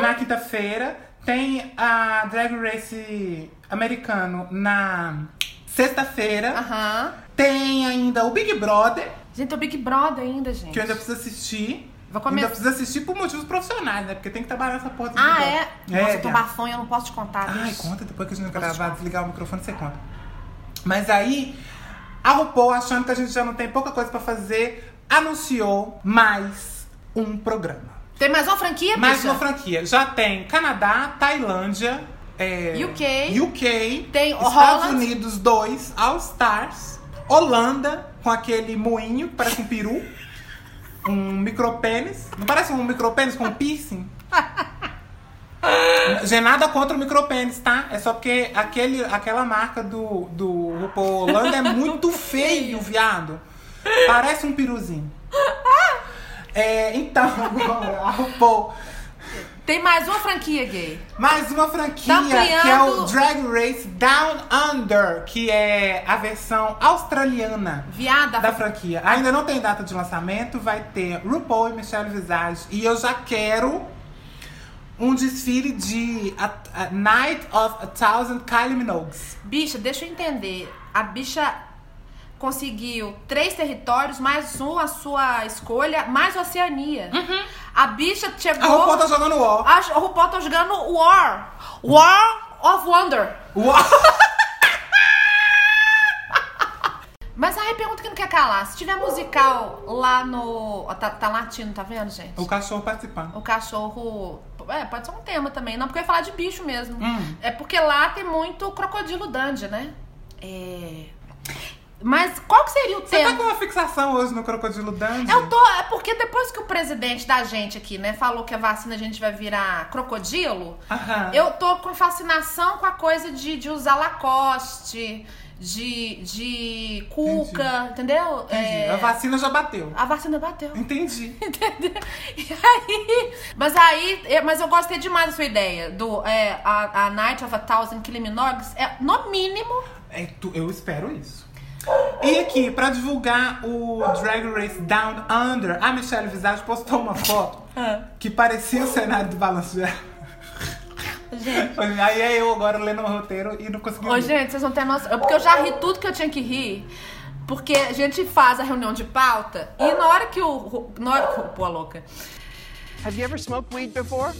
B: na quinta-feira, tem a Drag Race americano na sexta-feira,
C: Aham.
B: tem ainda o Big Brother,
C: Gente, o Big Brother ainda, gente.
B: que eu ainda preciso assistir.
C: Vou comer-
B: Ainda preciso assistir por motivos profissionais, né? Porque tem que trabalhar essa porta.
C: Ah, é? Nossa, eu tô
B: gata.
C: bafonha, eu não posso te contar.
B: Ai,
C: bicho.
B: conta depois que a gente não gravar, desligar o microfone, você conta. Mas aí, a RuPaul, achando que a gente já não tem pouca coisa pra fazer, anunciou mais um programa.
C: Tem mais uma franquia,
B: Mais
C: bicha?
B: uma franquia. Já tem Canadá, Tailândia, é,
C: UK.
B: UK,
C: Tem
B: Estados
C: Holland.
B: Unidos 2, All Stars, Holanda, com aquele moinho que parece um
C: *laughs*
B: peru, um micropênis. Não parece um micropênis com
C: *laughs*
B: piercing? Gente, nada contra o micropênis, tá? É só porque aquele, aquela marca do, do RuPaul
C: *laughs*
B: Holanda é muito feio, viado. Parece um
C: *laughs*
B: peruzinho. É, então, *laughs* agora, a RuPaul
C: Tem mais uma franquia gay.
B: mais uma franquia
C: Tá ampliando-
B: que é o Drag Race Down Under, que é a versão australiana
C: Viada.
B: da franquia. Ainda não tem data de lançamento, vai ter RuPaul e Michelle Visage. E eu já quero um desfile de a, a Night of a Thousand Kylie Minogues.
C: Bicha, deixa eu entender. A bicha conseguiu três territórios, mais um a sua escolha, mais Oceania. A bicha chegou...
B: Uhum. A RuPaul tá jogando o.
C: A RuPaul tá jogando War. War of Wonder. Mas aí pergunta que não quer calar. Se tiver musical lá no... ó, Tá, tá latindo, tá vendo, gente?
B: O cachorro participando.
C: O cachorro. É, pode ser um tema também. Não, porque eu ia falar de bicho mesmo.
B: Hum.
C: É porque lá tem muito crocodilo dandy, né? É. Mas qual que seria o
B: Você tá
C: tema?
B: com uma fixação hoje no Crocodilo Dandy?
C: Eu tô. É porque depois que o presidente da gente aqui, né, falou que a vacina a gente vai virar crocodilo,
B: Aham.
C: eu tô com fascinação com a coisa de, de usar Lacoste, de, de cuca, entendeu?
B: Entendi.
C: É,
B: A vacina já bateu.
C: a vacina bateu.
B: Entendi.
C: *laughs* Entendeu? E aí, mas aí, eu- mas eu gostei demais da sua ideia do é, a, a Night of a Thousand Killing Minogues. É, no mínimo,
B: É tu- eu espero isso. E aqui, pra divulgar o Drag Race Down Under, a Michelle Visage postou uma foto que parecia o cenário do Balanço Geral.
C: Gente.
B: Aí é eu agora lendo o roteiro e não consegui
C: Ô,
B: ler.
C: gente, vocês não têm noção. Eu- Porque eu já ri tudo que eu tinha que rir. Porque a gente faz a reunião de pauta e na hora que o. Na hora, *laughs* que o- pô, louca.
D: Have you ever smoked weed before?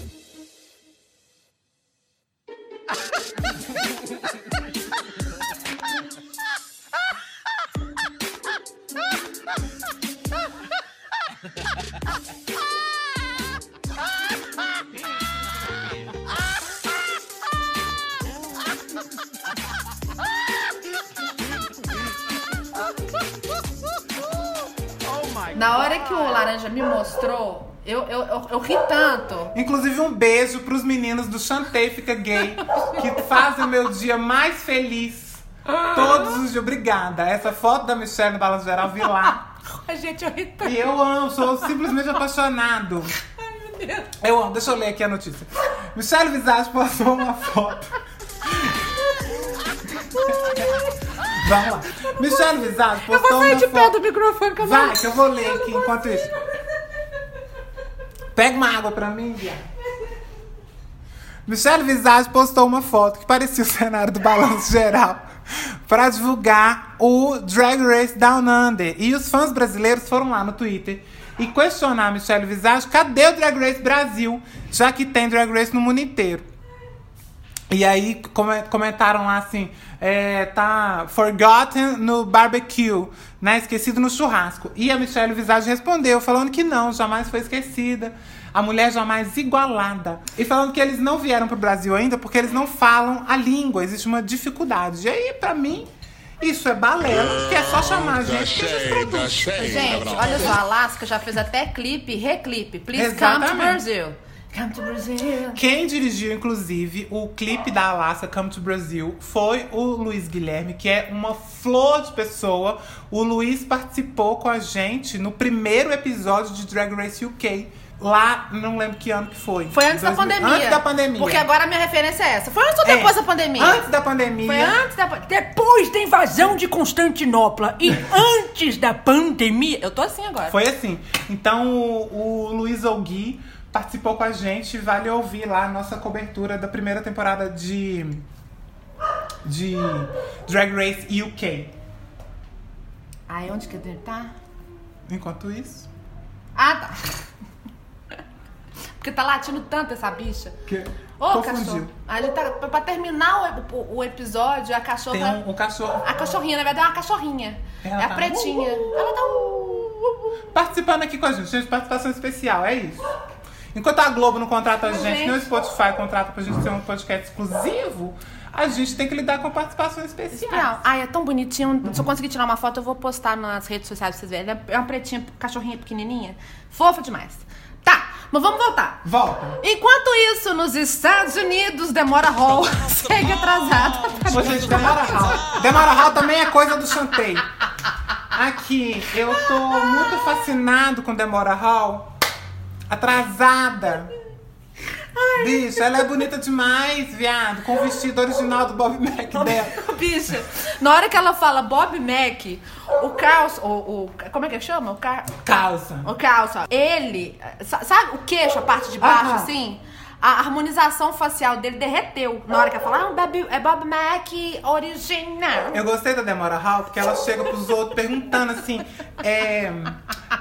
C: Na hora que o laranja me mostrou, eu, eu, eu, eu ri tanto.
B: Inclusive, um beijo pros meninos do Chantei Fica Gay, que fazem meu dia mais feliz todos os dias. Obrigada. Essa foto da Michelle no Balanço Geral, vi lá.
C: Ai, gente, eu ri tanto.
B: E eu amo, sou simplesmente apaixonado. Eu amo, deixa eu ler aqui a notícia. Michelle Visage postou uma foto. Vamos lá. Michelle Visage
C: Eu
B: postou
C: vou
B: uma
C: sair de pé
B: foto.
C: do microfone, que eu vou-
B: Vai, que eu vou ler aqui enquanto isso. Pega uma água pra mim, viado. Michelle Visage postou uma foto que parecia o cenário do Balanço Geral pra divulgar o Drag Race Down Under. E os fãs brasileiros foram lá no Twitter e questionar a Michelle Visage cadê o Drag Race Brasil, já que tem Drag Race no mundo inteiro. E aí come- comentaram lá assim, é, tá forgotten no barbecue, né? Esquecido no churrasco. E a Michelle Visage respondeu, falando que não, jamais foi esquecida. A mulher jamais igualada. E falando que eles não vieram pro Brasil ainda porque eles não falam a língua, existe uma dificuldade. E aí, pra mim, isso é balela, porque é só chamar a gente que a gente produz.
C: Gente, olha só, a Alaska já fez até clipe, reclipe. Please come to
B: Exatamente.
C: Brazil. Come to Brazil.
B: Quem dirigiu, inclusive, o clipe da Alaska Come to Brazil foi o Luiz Guilherme, que é uma flor de pessoa. O Luiz participou com a gente no primeiro episódio de Drag Race UK. Lá, não lembro que ano que foi.
C: Foi antes da
B: 2000.
C: pandemia.
B: Antes da pandemia.
C: Porque agora a minha referência é essa. Foi antes ou depois
B: É.
C: da pandemia?
B: Antes da pandemia.
C: Foi antes da pandemia.
I: Depois da invasão de Constantinopla
C: *laughs*
I: e antes da pandemia.
C: Eu tô assim agora.
B: Foi assim. Então o, o Luiz Ogui participou com a gente. Vale ouvir lá a nossa cobertura da primeira temporada de, de Drag Race UK.
C: Aí, onde que ele tá?
B: Enquanto isso.
C: Ah, tá. *laughs* Porque tá latindo tanto essa bicha.
B: Que...
C: Ô,
B: Confundiu.
C: cachorro. Aí tá, pra, pra terminar o, o- o episódio, a cachorra.
B: Tem um, um cachorro
C: A cachorrinha, na verdade, é uma cachorrinha.
B: Ela
C: é a
B: tá-
C: pretinha. Ela tá.
B: participando aqui com a gente. Gente, participação especial, é isso. Enquanto a Globo não contrata a
C: Mas,
B: gente,
C: gente.
B: nem o Spotify contrata pra gente ser um podcast exclusivo, a gente tem que lidar com a participação especial.
C: Não, ai, é tão bonitinho. Se eu conseguir tirar uma foto, eu vou postar nas redes sociais pra vocês verem. Ela É uma pretinha, cachorrinha pequenininha. Fofa demais. Tá, mas vamos voltar.
B: Volta.
C: Enquanto isso, nos Estados Unidos, Demora
B: *laughs*
C: Hall segue atrasada.
B: Ô, É, gente, Demora Hall. Demora Hall também é coisa do chanteio. Aqui, eu tô muito fascinado com Demora Hall. Atrasada. Bicho, ela é bonita demais, viado. Com o vestido original do Bob Mac dela.
C: *laughs* Bicha, na hora que ela fala Bob Mac, o Carlos, o, o- como é que chama? O Car...
B: Calça.
C: O Carlson, ele, sa- sabe o queixo, a parte de baixo,
B: Aham.
C: assim? A harmonização facial dele derreteu na hora que ela fala, ah, Bob- é Bob Mac original.
B: Eu gostei da Demora Hall, porque ela chega pros outros perguntando assim: é,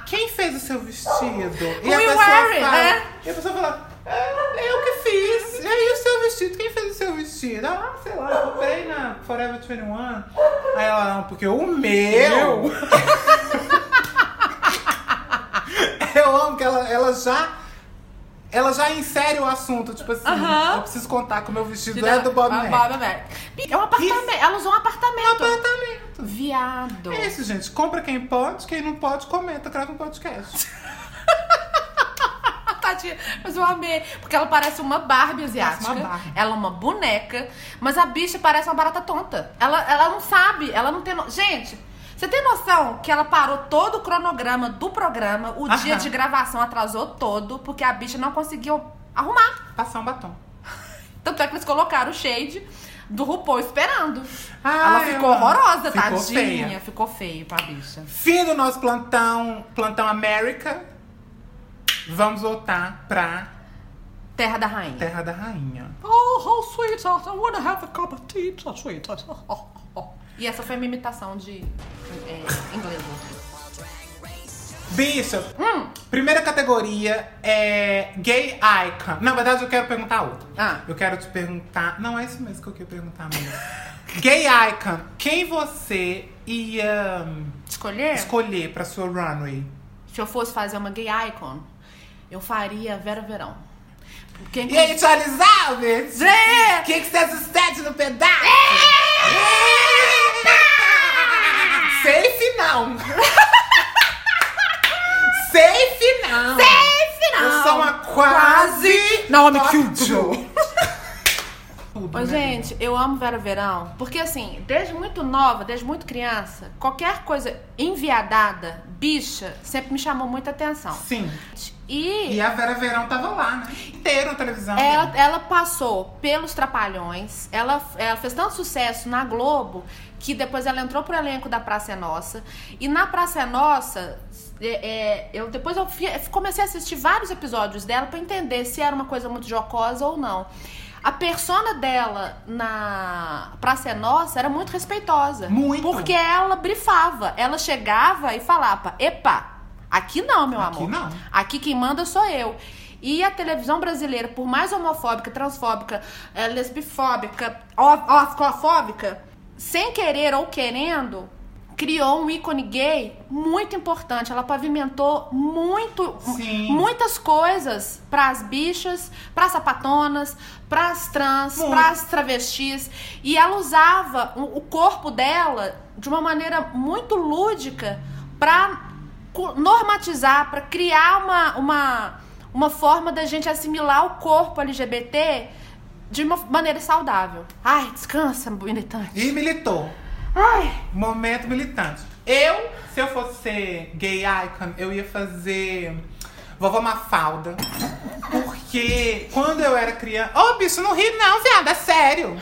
B: quem fez o seu vestido? E
C: Who you wearing, né?
B: E a pessoa fala: é, eu que fiz. E aí o seu vestido? Quem fez o seu vestido? Ah, sei lá, eu comprei na Forever 21. Aí ela: não, porque o meu. *laughs* eu amo que ela, ela já. Ela já insere o assunto, tipo assim,
C: Aham.
B: eu preciso contar que o meu vestido é do Bob
C: Ah,
B: Mac.
C: Bob Mac. É um apartamento, ela usou um apartamento.
B: Apartamento.
C: Viado.
B: É isso, gente. Compra quem pode, quem não pode, comenta, grava um podcast.
C: Tadinha, mas eu amei. Porque ela parece uma Barbie asiática.
B: Parece uma Barbie.
C: Ela é uma boneca. Mas a bicha parece uma barata tonta. Ela, ela não sabe, ela não tem. No... Gente, você tem noção que ela parou todo o cronograma do programa, o
B: Aham.
C: dia de gravação atrasou todo, porque a bicha não conseguiu arrumar.
B: Passar um batom.
C: Tanto é que eles colocaram o shade. do RuPaul esperando.
B: Ah,
C: ela ficou
B: ela
C: horrorosa,
B: ficou
C: tadinha.
B: feia.
C: Ficou feio pra bicha.
B: Fim do nosso plantão, plantão América. Vamos voltar pra
C: Terra da Rainha.
B: Terra da Rainha.
I: Oh, how sweet. I wanna have a cup of tea, sweet.
C: E essa foi minha imitação de é, inglês.
B: Bicha, primeira categoria é gay icon. Na verdade, eu quero perguntar outra.
C: Ah.
B: Eu quero te perguntar. Não, é isso mesmo que eu queria perguntar mesmo. *laughs* gay icon, quem você ia hum,
C: Escolher?
B: escolher pra sua runway?
C: Se eu fosse fazer uma gay icon, eu faria Vera Verão. Porque
B: E aí, Charles Alves?
C: É!
B: Quem que você assiste no pedaço? Safe não! Safe não!
C: Safe não!
B: Eu sou uma quase...
I: Não, I'm
B: top
I: cute.
B: two. Tudo,
C: Ô,
B: né,
C: gente, eu amo Vera Verão, porque assim, desde muito nova, desde muito criança, qualquer coisa enviadada, bicha, sempre me chamou muita atenção.
B: Sim.
C: E,
B: E a Vera Verão tava lá, né? Inteiro na televisão.
C: ela, ela passou pelos Trapalhões, ela, ela fez tanto sucesso na Globo que depois ela entrou pro elenco da Praça é Nossa. E na Praça é Nossa, é, é, eu depois eu fi- comecei a assistir vários episódios dela pra entender se era uma coisa muito jocosa ou não. A persona dela na Praça é Nossa era muito respeitosa.
B: Muito.
C: Porque ela brifava. Ela chegava e falava: epa, aqui não, meu
B: Aqui
C: amor.
B: não.
C: Aqui quem manda sou eu. E a televisão brasileira, por mais homofóbica, transfóbica, eh, lesbifóbica, ó- oscofóbica, sem querer ou querendo, criou um ícone gay muito importante. Ela pavimentou muito,
B: Sim.
C: muitas coisas pras bichas, pras sapatonas, pras trans,
B: Muito.
C: pras travestis. E ela usava o o corpo dela de uma maneira muito lúdica pra cu- normatizar, pra criar uma, uma, uma forma da gente assimilar o corpo LGBT de uma maneira saudável. Ai, descansa, militante.
B: E militou.
C: Ai,
B: Momento militante. Eu, se eu fosse ser gay icon, eu ia fazer vovó Mafalda. Porque quando eu era criança. Ô, bicho, não ri não, viado, é sério.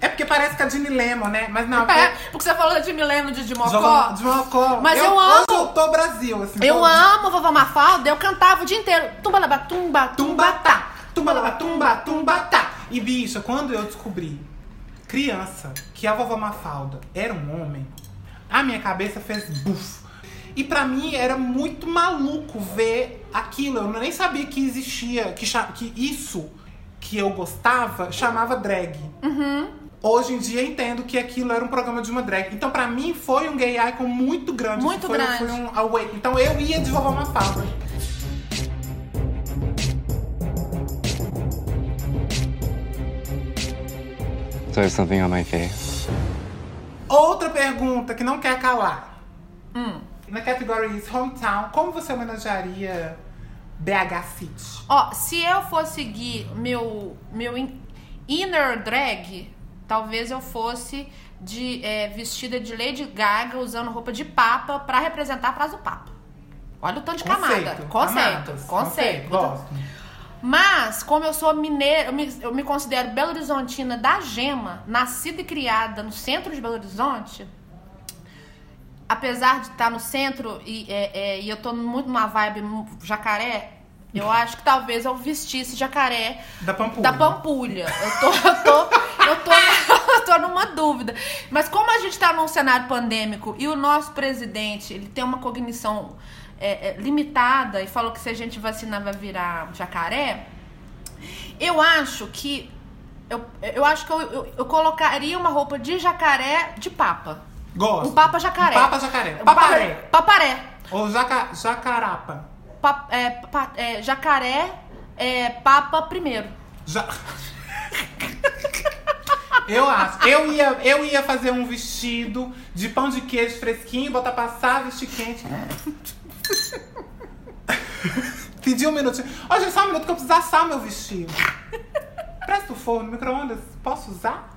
B: É porque parece que é Jimmy Lemon, né? Mas não,
C: *laughs* é,
B: porque-
C: porque você falou de Mileno de, de
B: Vovó-
C: Mocó.
B: de Mocó.
C: Mas eu amo.
B: Eu tô Brasil, assim.
C: Eu
B: tô-
C: amo Vovó Mafalda, eu cantava o dia inteiro. Tumbalaba, tumba, tumba.
B: Tumbatá, tumbalaba, tumba, tumbatá. E bicha, quando eu descobri, criança, que a vovó Mafalda era um homem, a minha cabeça fez buf. E pra mim era muito maluco ver aquilo. Eu nem sabia que existia, que, cha- que isso que eu gostava chamava drag. Hoje em dia entendo que aquilo era um programa de uma drag. Então, pra mim, foi um gay icon muito grande.
C: Muito
B: foi,
C: grande.
B: Foi um awake. Então, eu ia de vovó Mafalda.
H: So I have something on my face.
B: Outra pergunta que não quer calar.
C: Hum.
B: Na categoria is Hometown, como você homenagearia BH City?
C: Ó, se eu fosse seguir meu, meu in- inner drag, talvez eu fosse de é, vestida de Lady Gaga usando roupa de papa pra representar a frase do papa. Olha o tanto de camada. é Conceito.
B: camadas,
C: conceito.
B: Gosto.
C: Mas, como eu sou mineira, eu me, eu me considero Belo Horizontina da Gema, nascida e criada no centro de Belo Horizonte. Apesar de estar no centro e, é, é, e eu tô muito numa vibe mu- jacaré, eu acho que talvez eu vestisse jacaré
B: Da Pampulha.
C: da Pampulha. Eu tô, eu tô, eu tô, eu tô numa dúvida. Mas como a gente tá num cenário pandêmico e o nosso presidente, ele tem uma cognição é, é, limitada e falou que se a gente vacinar vai virar jacaré, eu acho que eu, eu acho que eu, eu, eu colocaria uma roupa de jacaré de papa.
B: Gosto.
C: Um papa jacaré.
B: Um papa jacaré.
C: Um
B: Paparé.
C: papa- Paparé.
B: Ou jaca, jacarapa.
C: Pa- é, pa- é, jacaré é, papa primeiro.
B: Ja- Eu acho. Eu ia, eu ia fazer um vestido de pão de queijo fresquinho, botar passar, vestir quente. Pedi um minutinho. Ó, gente, só um minuto que eu preciso assar meu vestido. Presta o forno, micro-ondas, posso usar?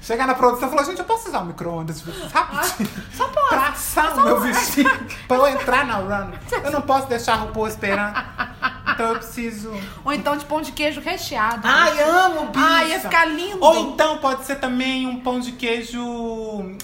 B: Chegar na produção e falar, gente, eu posso usar o micro-ondas de vocês rapidinho?
C: Ah, só pode.
B: Pra assar o meu vestido, pra eu entrar na run. Eu não posso deixar a RuPaul esperando. Então então eu preciso.
C: Ou então de pão de queijo recheado.
B: Ai,
C: bicho.
B: amo, bicha.
C: Ai, ia ficar lindo.
B: Ou então pode ser também um pão de queijo,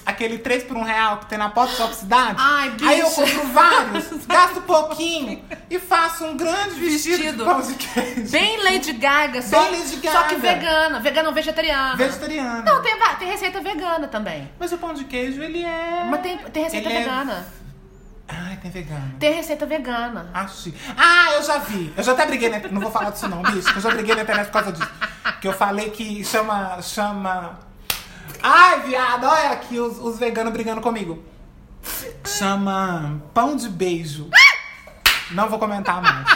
B: aquele 3 por 1 real que tem na porta da sua cidade.
C: Ai, bicha.
B: Aí eu compro
C: *laughs*
B: vários, gasto pouquinho e faço um grande vestido,
C: Vestido.
B: de pão de queijo.
C: Bem Lady Gaga, só,
B: Bem Lady
C: só que
B: Gaga.
C: vegana. Vegana ou vegetariana.
B: Vegetariano.
C: Não, tem, va- tem receita vegana também.
B: Mas o pão de queijo, ele é.
C: Mas tem, tem receita
B: Ele é-
C: vegana.
B: Ai, tem vegano.
C: Tem receita vegana.
B: Achei. Ah, eu já vi. Eu já até briguei na Não vou falar disso, não, bicho. que Eu já briguei na internet por causa disso. Que eu falei que chama. chama. Ai, viado, olha aqui os, os veganos brigando comigo. Chama pão de beijo. Não vou comentar mais.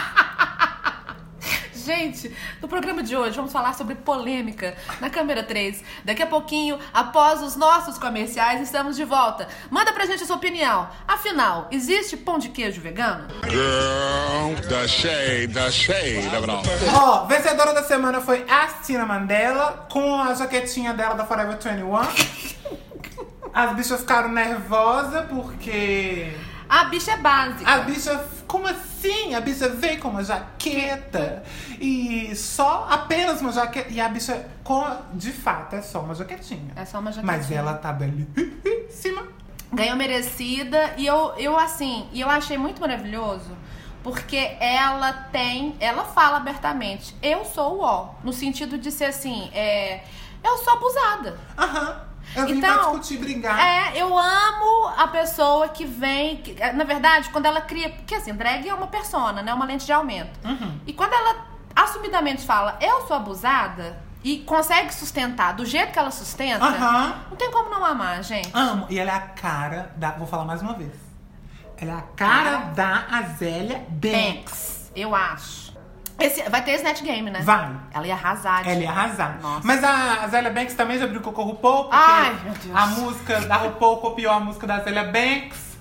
C: Gente, no programa de hoje vamos falar sobre polêmica na câmera 3. Daqui a pouquinho, após os nossos comerciais, estamos de volta. Manda pra gente a sua opinião. Afinal, existe pão de queijo vegano?
K: Girl, the shade, the shade of it all.
B: Ó, vencedora da semana foi a Tina Mandela com a jaquetinha dela da Forever 21. As bichas ficaram nervosas porque.
C: A bicha é básica.
B: A bicha, como assim? A bicha veio com uma jaqueta e só apenas uma jaqueta. E a bicha, com, de fato, é só uma jaquetinha.
C: É só uma jaquetinha.
B: Mas ela tá belíssima.
C: Ganhou merecida e eu, eu assim, e eu achei muito maravilhoso porque ela tem, ela fala abertamente, eu sou o ó, no sentido de ser assim, é, eu sou abusada.
B: Aham. Eu vim pra
C: Então,
B: discutir, brigar.
C: É, eu amo a pessoa que vem. que- é, na verdade, quando ela cria. Porque assim, drag é uma persona, né? Uma lente de aumento. E quando ela assumidamente fala, eu sou abusada, e consegue sustentar do jeito que ela sustenta,
B: Aham.
C: não tem como não amar, gente.
B: Amo. E ela é a cara da. Vou falar mais uma vez. Ela é a cara da Azélia Banks.
C: Banks, eu acho. Esse, vai ter esse net game, né?
B: Vai.
C: Ela ia arrasar.
B: Ela
C: gente.
B: ia arrasar.
C: Nossa.
B: Mas a Zélia Banks também já brigou com a RuPaul, porque
C: Ai, meu Deus.
B: a música da RuPaul copiou a música da Zélia Banks.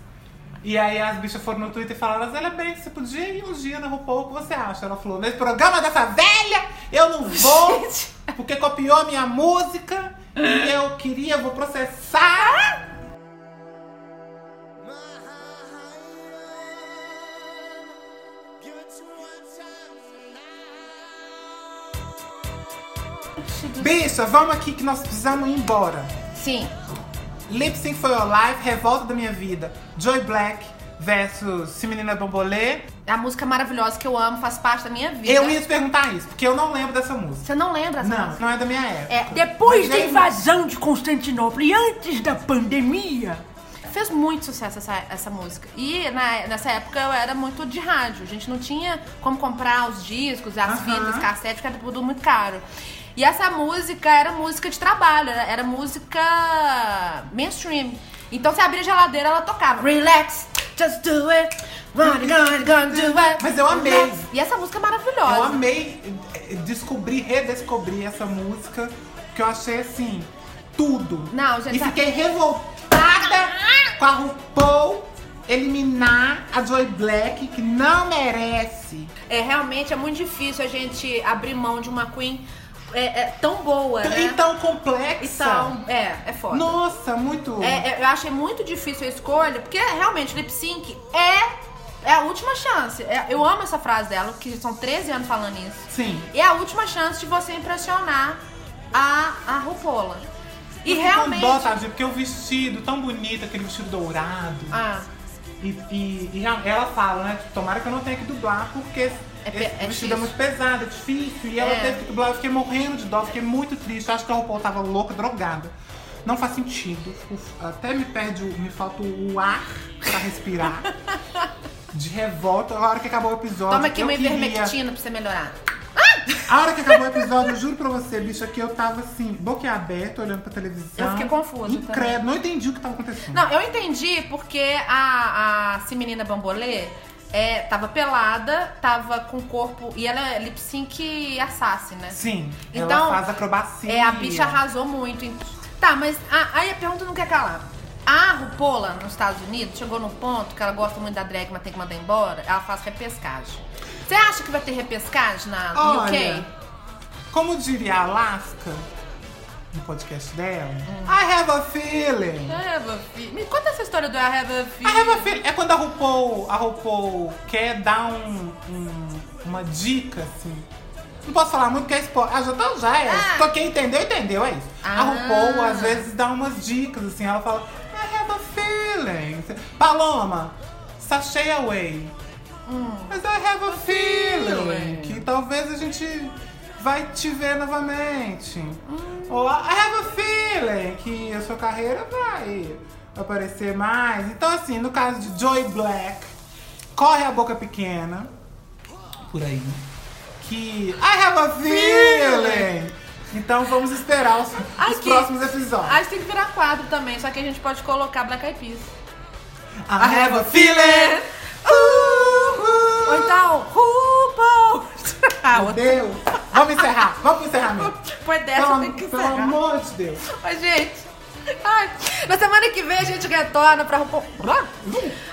B: E aí as bichas foram no Twitter e falaram, Zélia Banks, você podia ir um dia na RuPaul, o que você acha? Ela falou, nesse programa dessa velha, eu não vou, porque copiou a minha música e eu queria, vou processar. Bicha, vamos aqui que nós precisamos ir embora.
C: Sim.
B: Lip Sync for Your Life, Revolta da Minha Vida, Joy Black versus Se Menina é Bambolê.
C: A música maravilhosa que eu amo faz parte da minha vida.
B: Eu ia te perguntar isso, porque eu não lembro dessa música.
C: Você não lembra essa
B: Não,
C: música?
B: não é da minha época.
C: É,
I: Depois
B: Mas
I: da
B: é-
I: invasão de Constantinopla e antes da pandemia,
C: Fez muito sucesso essa, essa música. E na- nessa época eu era muito de rádio. A gente não tinha como comprar os discos, as
B: Aham.
C: fitas, cassete, porque era tudo muito caro. E essa música era música de trabalho, era, era música mainstream. Então você abria a geladeira, ela tocava. Relax, just do it. What you gonna, gonna do it.
B: Mas eu amei.
C: E essa música é maravilhosa.
B: Eu amei eh, descobrir, redescobrir essa música, que eu achei assim, tudo.
C: Não, tá gente,
B: E
C: sabe-
B: fiquei revoltada com a RuPaul eliminar a Joy Black, que não merece.
C: É, realmente é muito difícil a gente abrir mão de uma queen é, é, tão boa, né?
B: E tão complexa.
C: Então, é, é foda.
B: Nossa, muito.
C: É, é, eu achei muito difícil a escolha, porque realmente lip sync é, é a última chance. É, eu amo essa frase dela, que são 13 anos falando isso.
B: Sim.
C: É a última chance de você impressionar a, a Rupola. E
B: Eu fico com
C: realmente.
B: Dó, um sabe? Porque o vestido tão bonito, aquele vestido dourado.
C: Ah,
B: E, e- e a- ela fala, né? tipo, Tomara que eu não tenha que dublar, porque
C: É
B: esse
C: pe- é
B: vestido
C: difícil.
B: é muito pesado, é difícil. E ela
C: É.
B: teve que dublar, eu fiquei morrendo de dó, fiquei muito triste. Acho que a RuPaul tava louca, drogada. Não faz sentido. Uf, até me perde, o- me falta o ar pra
C: *laughs*
B: respirar. De revolta, a hora que acabou o episódio.
C: toma aqui
B: eu
C: uma
B: queria...
C: ivermectina pra você melhorar.
B: A hora que acabou o episódio, eu juro pra você, bicha, que eu tava assim, boquiaberta, olhando pra televisão.
C: Eu fiquei confusa também.
B: Incrédulo, não entendi o que tava acontecendo.
C: Não, eu entendi porque a, a se menina bambolê é, tava pelada, tava com o corpo. E ela é lip sync assassin, né?
B: Sim,
C: Então,
B: ela faz acrobacia.
C: É, a bicha arrasou muito. ent- Tá, mas a- aí a pergunta não quer calar. A Rupola, nos Estados Unidos, chegou num ponto que ela gosta muito da drag, mas tem que mandar embora. Ela faz repescagem. Você acha que vai ter repescagem na no
B: Olha,
C: UK?
B: como diria a Alaska, no podcast dela, I have a feeling.
C: Eva, filho. Me conta essa história do I have
B: I
C: a
B: have
C: feeling.
B: a feeling. É quando a RuPaul, a RuPaul quer dar um, um- uma dica, assim. Não posso falar muito que é spoiler. Ah, já, então já é. Só quem entendeu, entendeu, é isso. A RuPaul, às vezes, dá umas dicas, assim. Ela fala, I have a feeling. Paloma, sashay away. Mas I have a Hum. feeling que talvez a gente vai te ver novamente. Ou I have a feeling que a sua carreira vai aparecer mais. Então, assim, no caso de Joy Black, corre a boca pequena por aí que I have a feeling. Então vamos esperar os, os
C: Aqui.
B: próximos episódios.
C: A gente tem que virar quadro também, só que a gente pode colocar Black Eyed Peas.
B: I have a feeling. Uh,
C: Ou então, RuPaul! *laughs* Ah,
B: Meu Deus. Vamos encerrar. Vamos pro encerramento.
C: Foi dessa, tem que
B: Pelo, pelo
C: encerrar.
B: amor de Deus.
C: Mas, gente. Ai, na semana que vem a gente retorna pra RuPaul. Ah!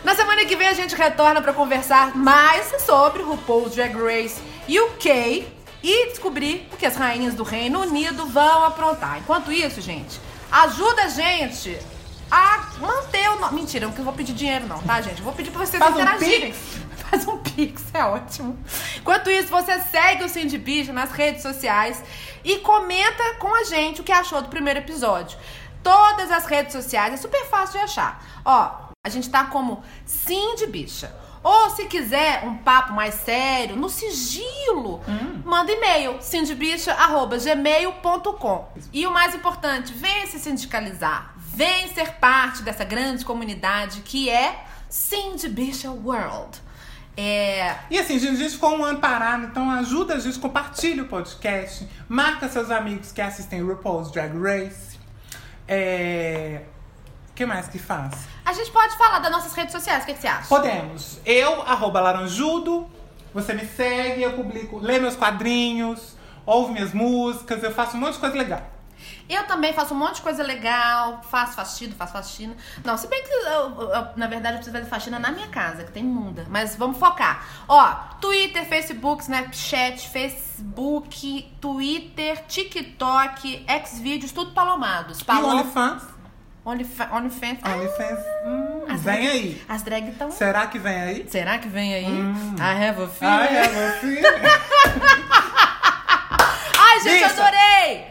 C: Na semana que vem a gente retorna pra conversar mais sobre RuPaul's Drag Race UK e descobrir o que as rainhas do Reino Unido vão aprontar. Enquanto isso, gente, ajuda a gente a manter o nome. Mentira, eu não vou pedir dinheiro, não, tá, gente? Eu vou pedir pra vocês
B: Faz um
C: interagirem. *laughs* Faz um pix, é ótimo. Enquanto isso, você segue o Cindy Bicho nas redes sociais e comenta com a gente o que achou do primeiro episódio. Todas as redes sociais, é super fácil de achar. Ó, a gente tá como Cindy Bicha. Ou se quiser um papo mais sério, no sigilo,
B: Hum.
C: manda e-mail, cindybicha.gmail.com. E o mais importante, vem se sindicalizar, vem ser parte dessa grande comunidade que é Cindy Bicha World. É,
B: E assim, gente, a gente ficou um ano parado, então ajuda a gente, compartilha o podcast, marca seus amigos que assistem RuPaul's Drag Race. É. O que mais que faz?
C: a gente pode falar das nossas redes sociais, o que, que você acha?
B: Podemos. Eu, arroba laranjudo. Você me segue, eu publico, lê meus quadrinhos, ouve minhas músicas, eu faço um monte de coisa legal.
C: Eu também faço um monte de coisa legal, faço faxina, faço faxina. Não, se bem que, eu- eu- eu, na verdade, eu preciso fazer faxina na minha casa, que tem imunda. Mas vamos focar. Ó, Twitter, Facebook, Snapchat, Facebook, Twitter, TikTok, Xvideos, tudo palomados.
B: E o
C: Palom-
B: OnlyFans?
C: Onlyfa- OnlyFans. Ah,
B: OnlyFans. Hum,
C: as
B: vem
C: drag-
B: aí.
C: As drag estão...
B: Será que vem aí?
C: Será que vem aí?
B: Hum.
C: I have a feeling.
B: Ai, é você.
C: Ai, gente,
B: Bicha.
C: adorei!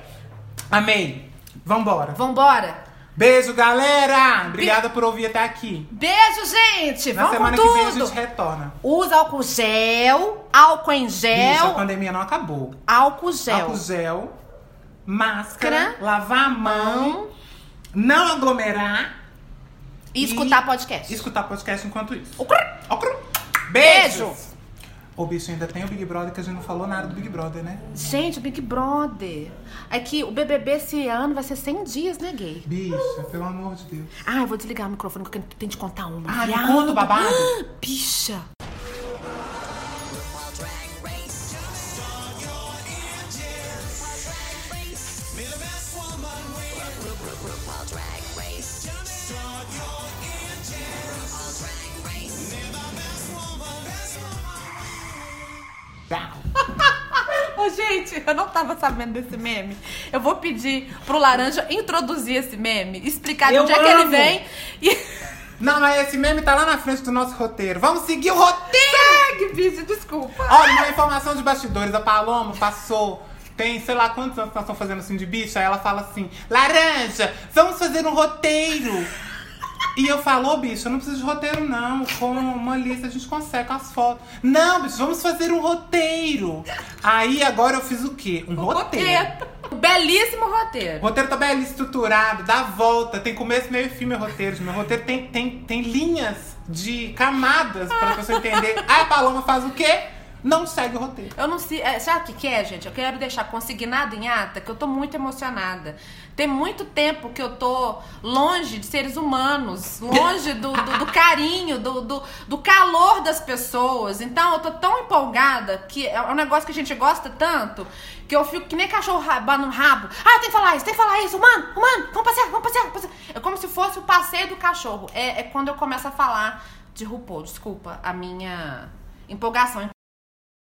B: Amei. Vambora.
C: Vambora!
B: Beijo, galera. Obrigada por ouvir até aqui.
C: Beijo, gente!
B: Na
C: Vamos
B: semana
C: com
B: que
C: tudo!
B: vem a gente retorna.
C: Usa álcool gel, álcool em
B: Bicho, a
C: gel,
B: pandemia não acabou.
C: álcool gel.
B: Álcool gel, máscara,
C: Cra-
B: lavar a mão, não aglomerar.
C: E escutar podcast.
B: Escutar podcast enquanto isso.
C: Ucrr.
B: Ocru.
C: Beijo.
B: Beijos! O bicho ainda tem o Big Brother, que a gente não falou nada do Big Brother, né?
C: Gente, o Big Brother. É que o BBB esse ano vai ser 100 dias, né, gay?
B: Bicha, pelo amor de Deus.
C: Ah, eu vou desligar o microfone que eu tenho que te contar uma.
B: Ah, me
C: Viado.
B: conta o babado.
C: Ah, Bicha.
B: Tchau.
C: Ô, gente, eu não tava sabendo desse meme. Eu vou pedir pro Laranja introduzir esse meme, explicar de
B: Eu
C: onde é que ele
B: amo.
C: vem. E... *laughs*
B: Não, mas esse meme tá lá na frente do nosso roteiro. Vamos seguir o roteiro!
C: Segue, bicha, desculpa.
B: Olha, uma informação de bastidores, a Paloma passou. Tem, sei lá quantos anos que nós estamos fazendo assim de bicha. Aí ela fala assim: Laranja, vamos fazer um roteiro. E eu falo, "Ô, bicho, eu não preciso de roteiro, não. Com uma lista a gente consegue com as fotos. Não, bicho, vamos fazer um roteiro. Aí agora eu fiz o quê? Um roteiro.
C: Roteiro. É, Belíssimo roteiro.
B: O roteiro tá bem estruturado, dá volta, tem começo, meio e fim meu roteiro. Meu roteiro tem, tem, tem linhas de camadas pra pessoa entender. Aí a Paloma faz o quê? Não segue o roteiro.
C: Eu não sei. é, Sabe o que, que é, gente? Eu quero deixar consignado em ata que eu tô muito emocionada. Tem muito tempo que eu tô longe de seres humanos, longe do, do- do carinho, do, do, do calor das pessoas. Então eu tô tão empolgada que é um negócio que a gente gosta tanto que eu fico que nem cachorro rabando no rabo. Ah, tem que falar isso, tem que falar isso, humano, humano, vamos passear, vamos passear, vamos passear. É como se fosse o passeio do cachorro. É, é quando eu começo a falar de RuPaul. Desculpa a minha empolgação.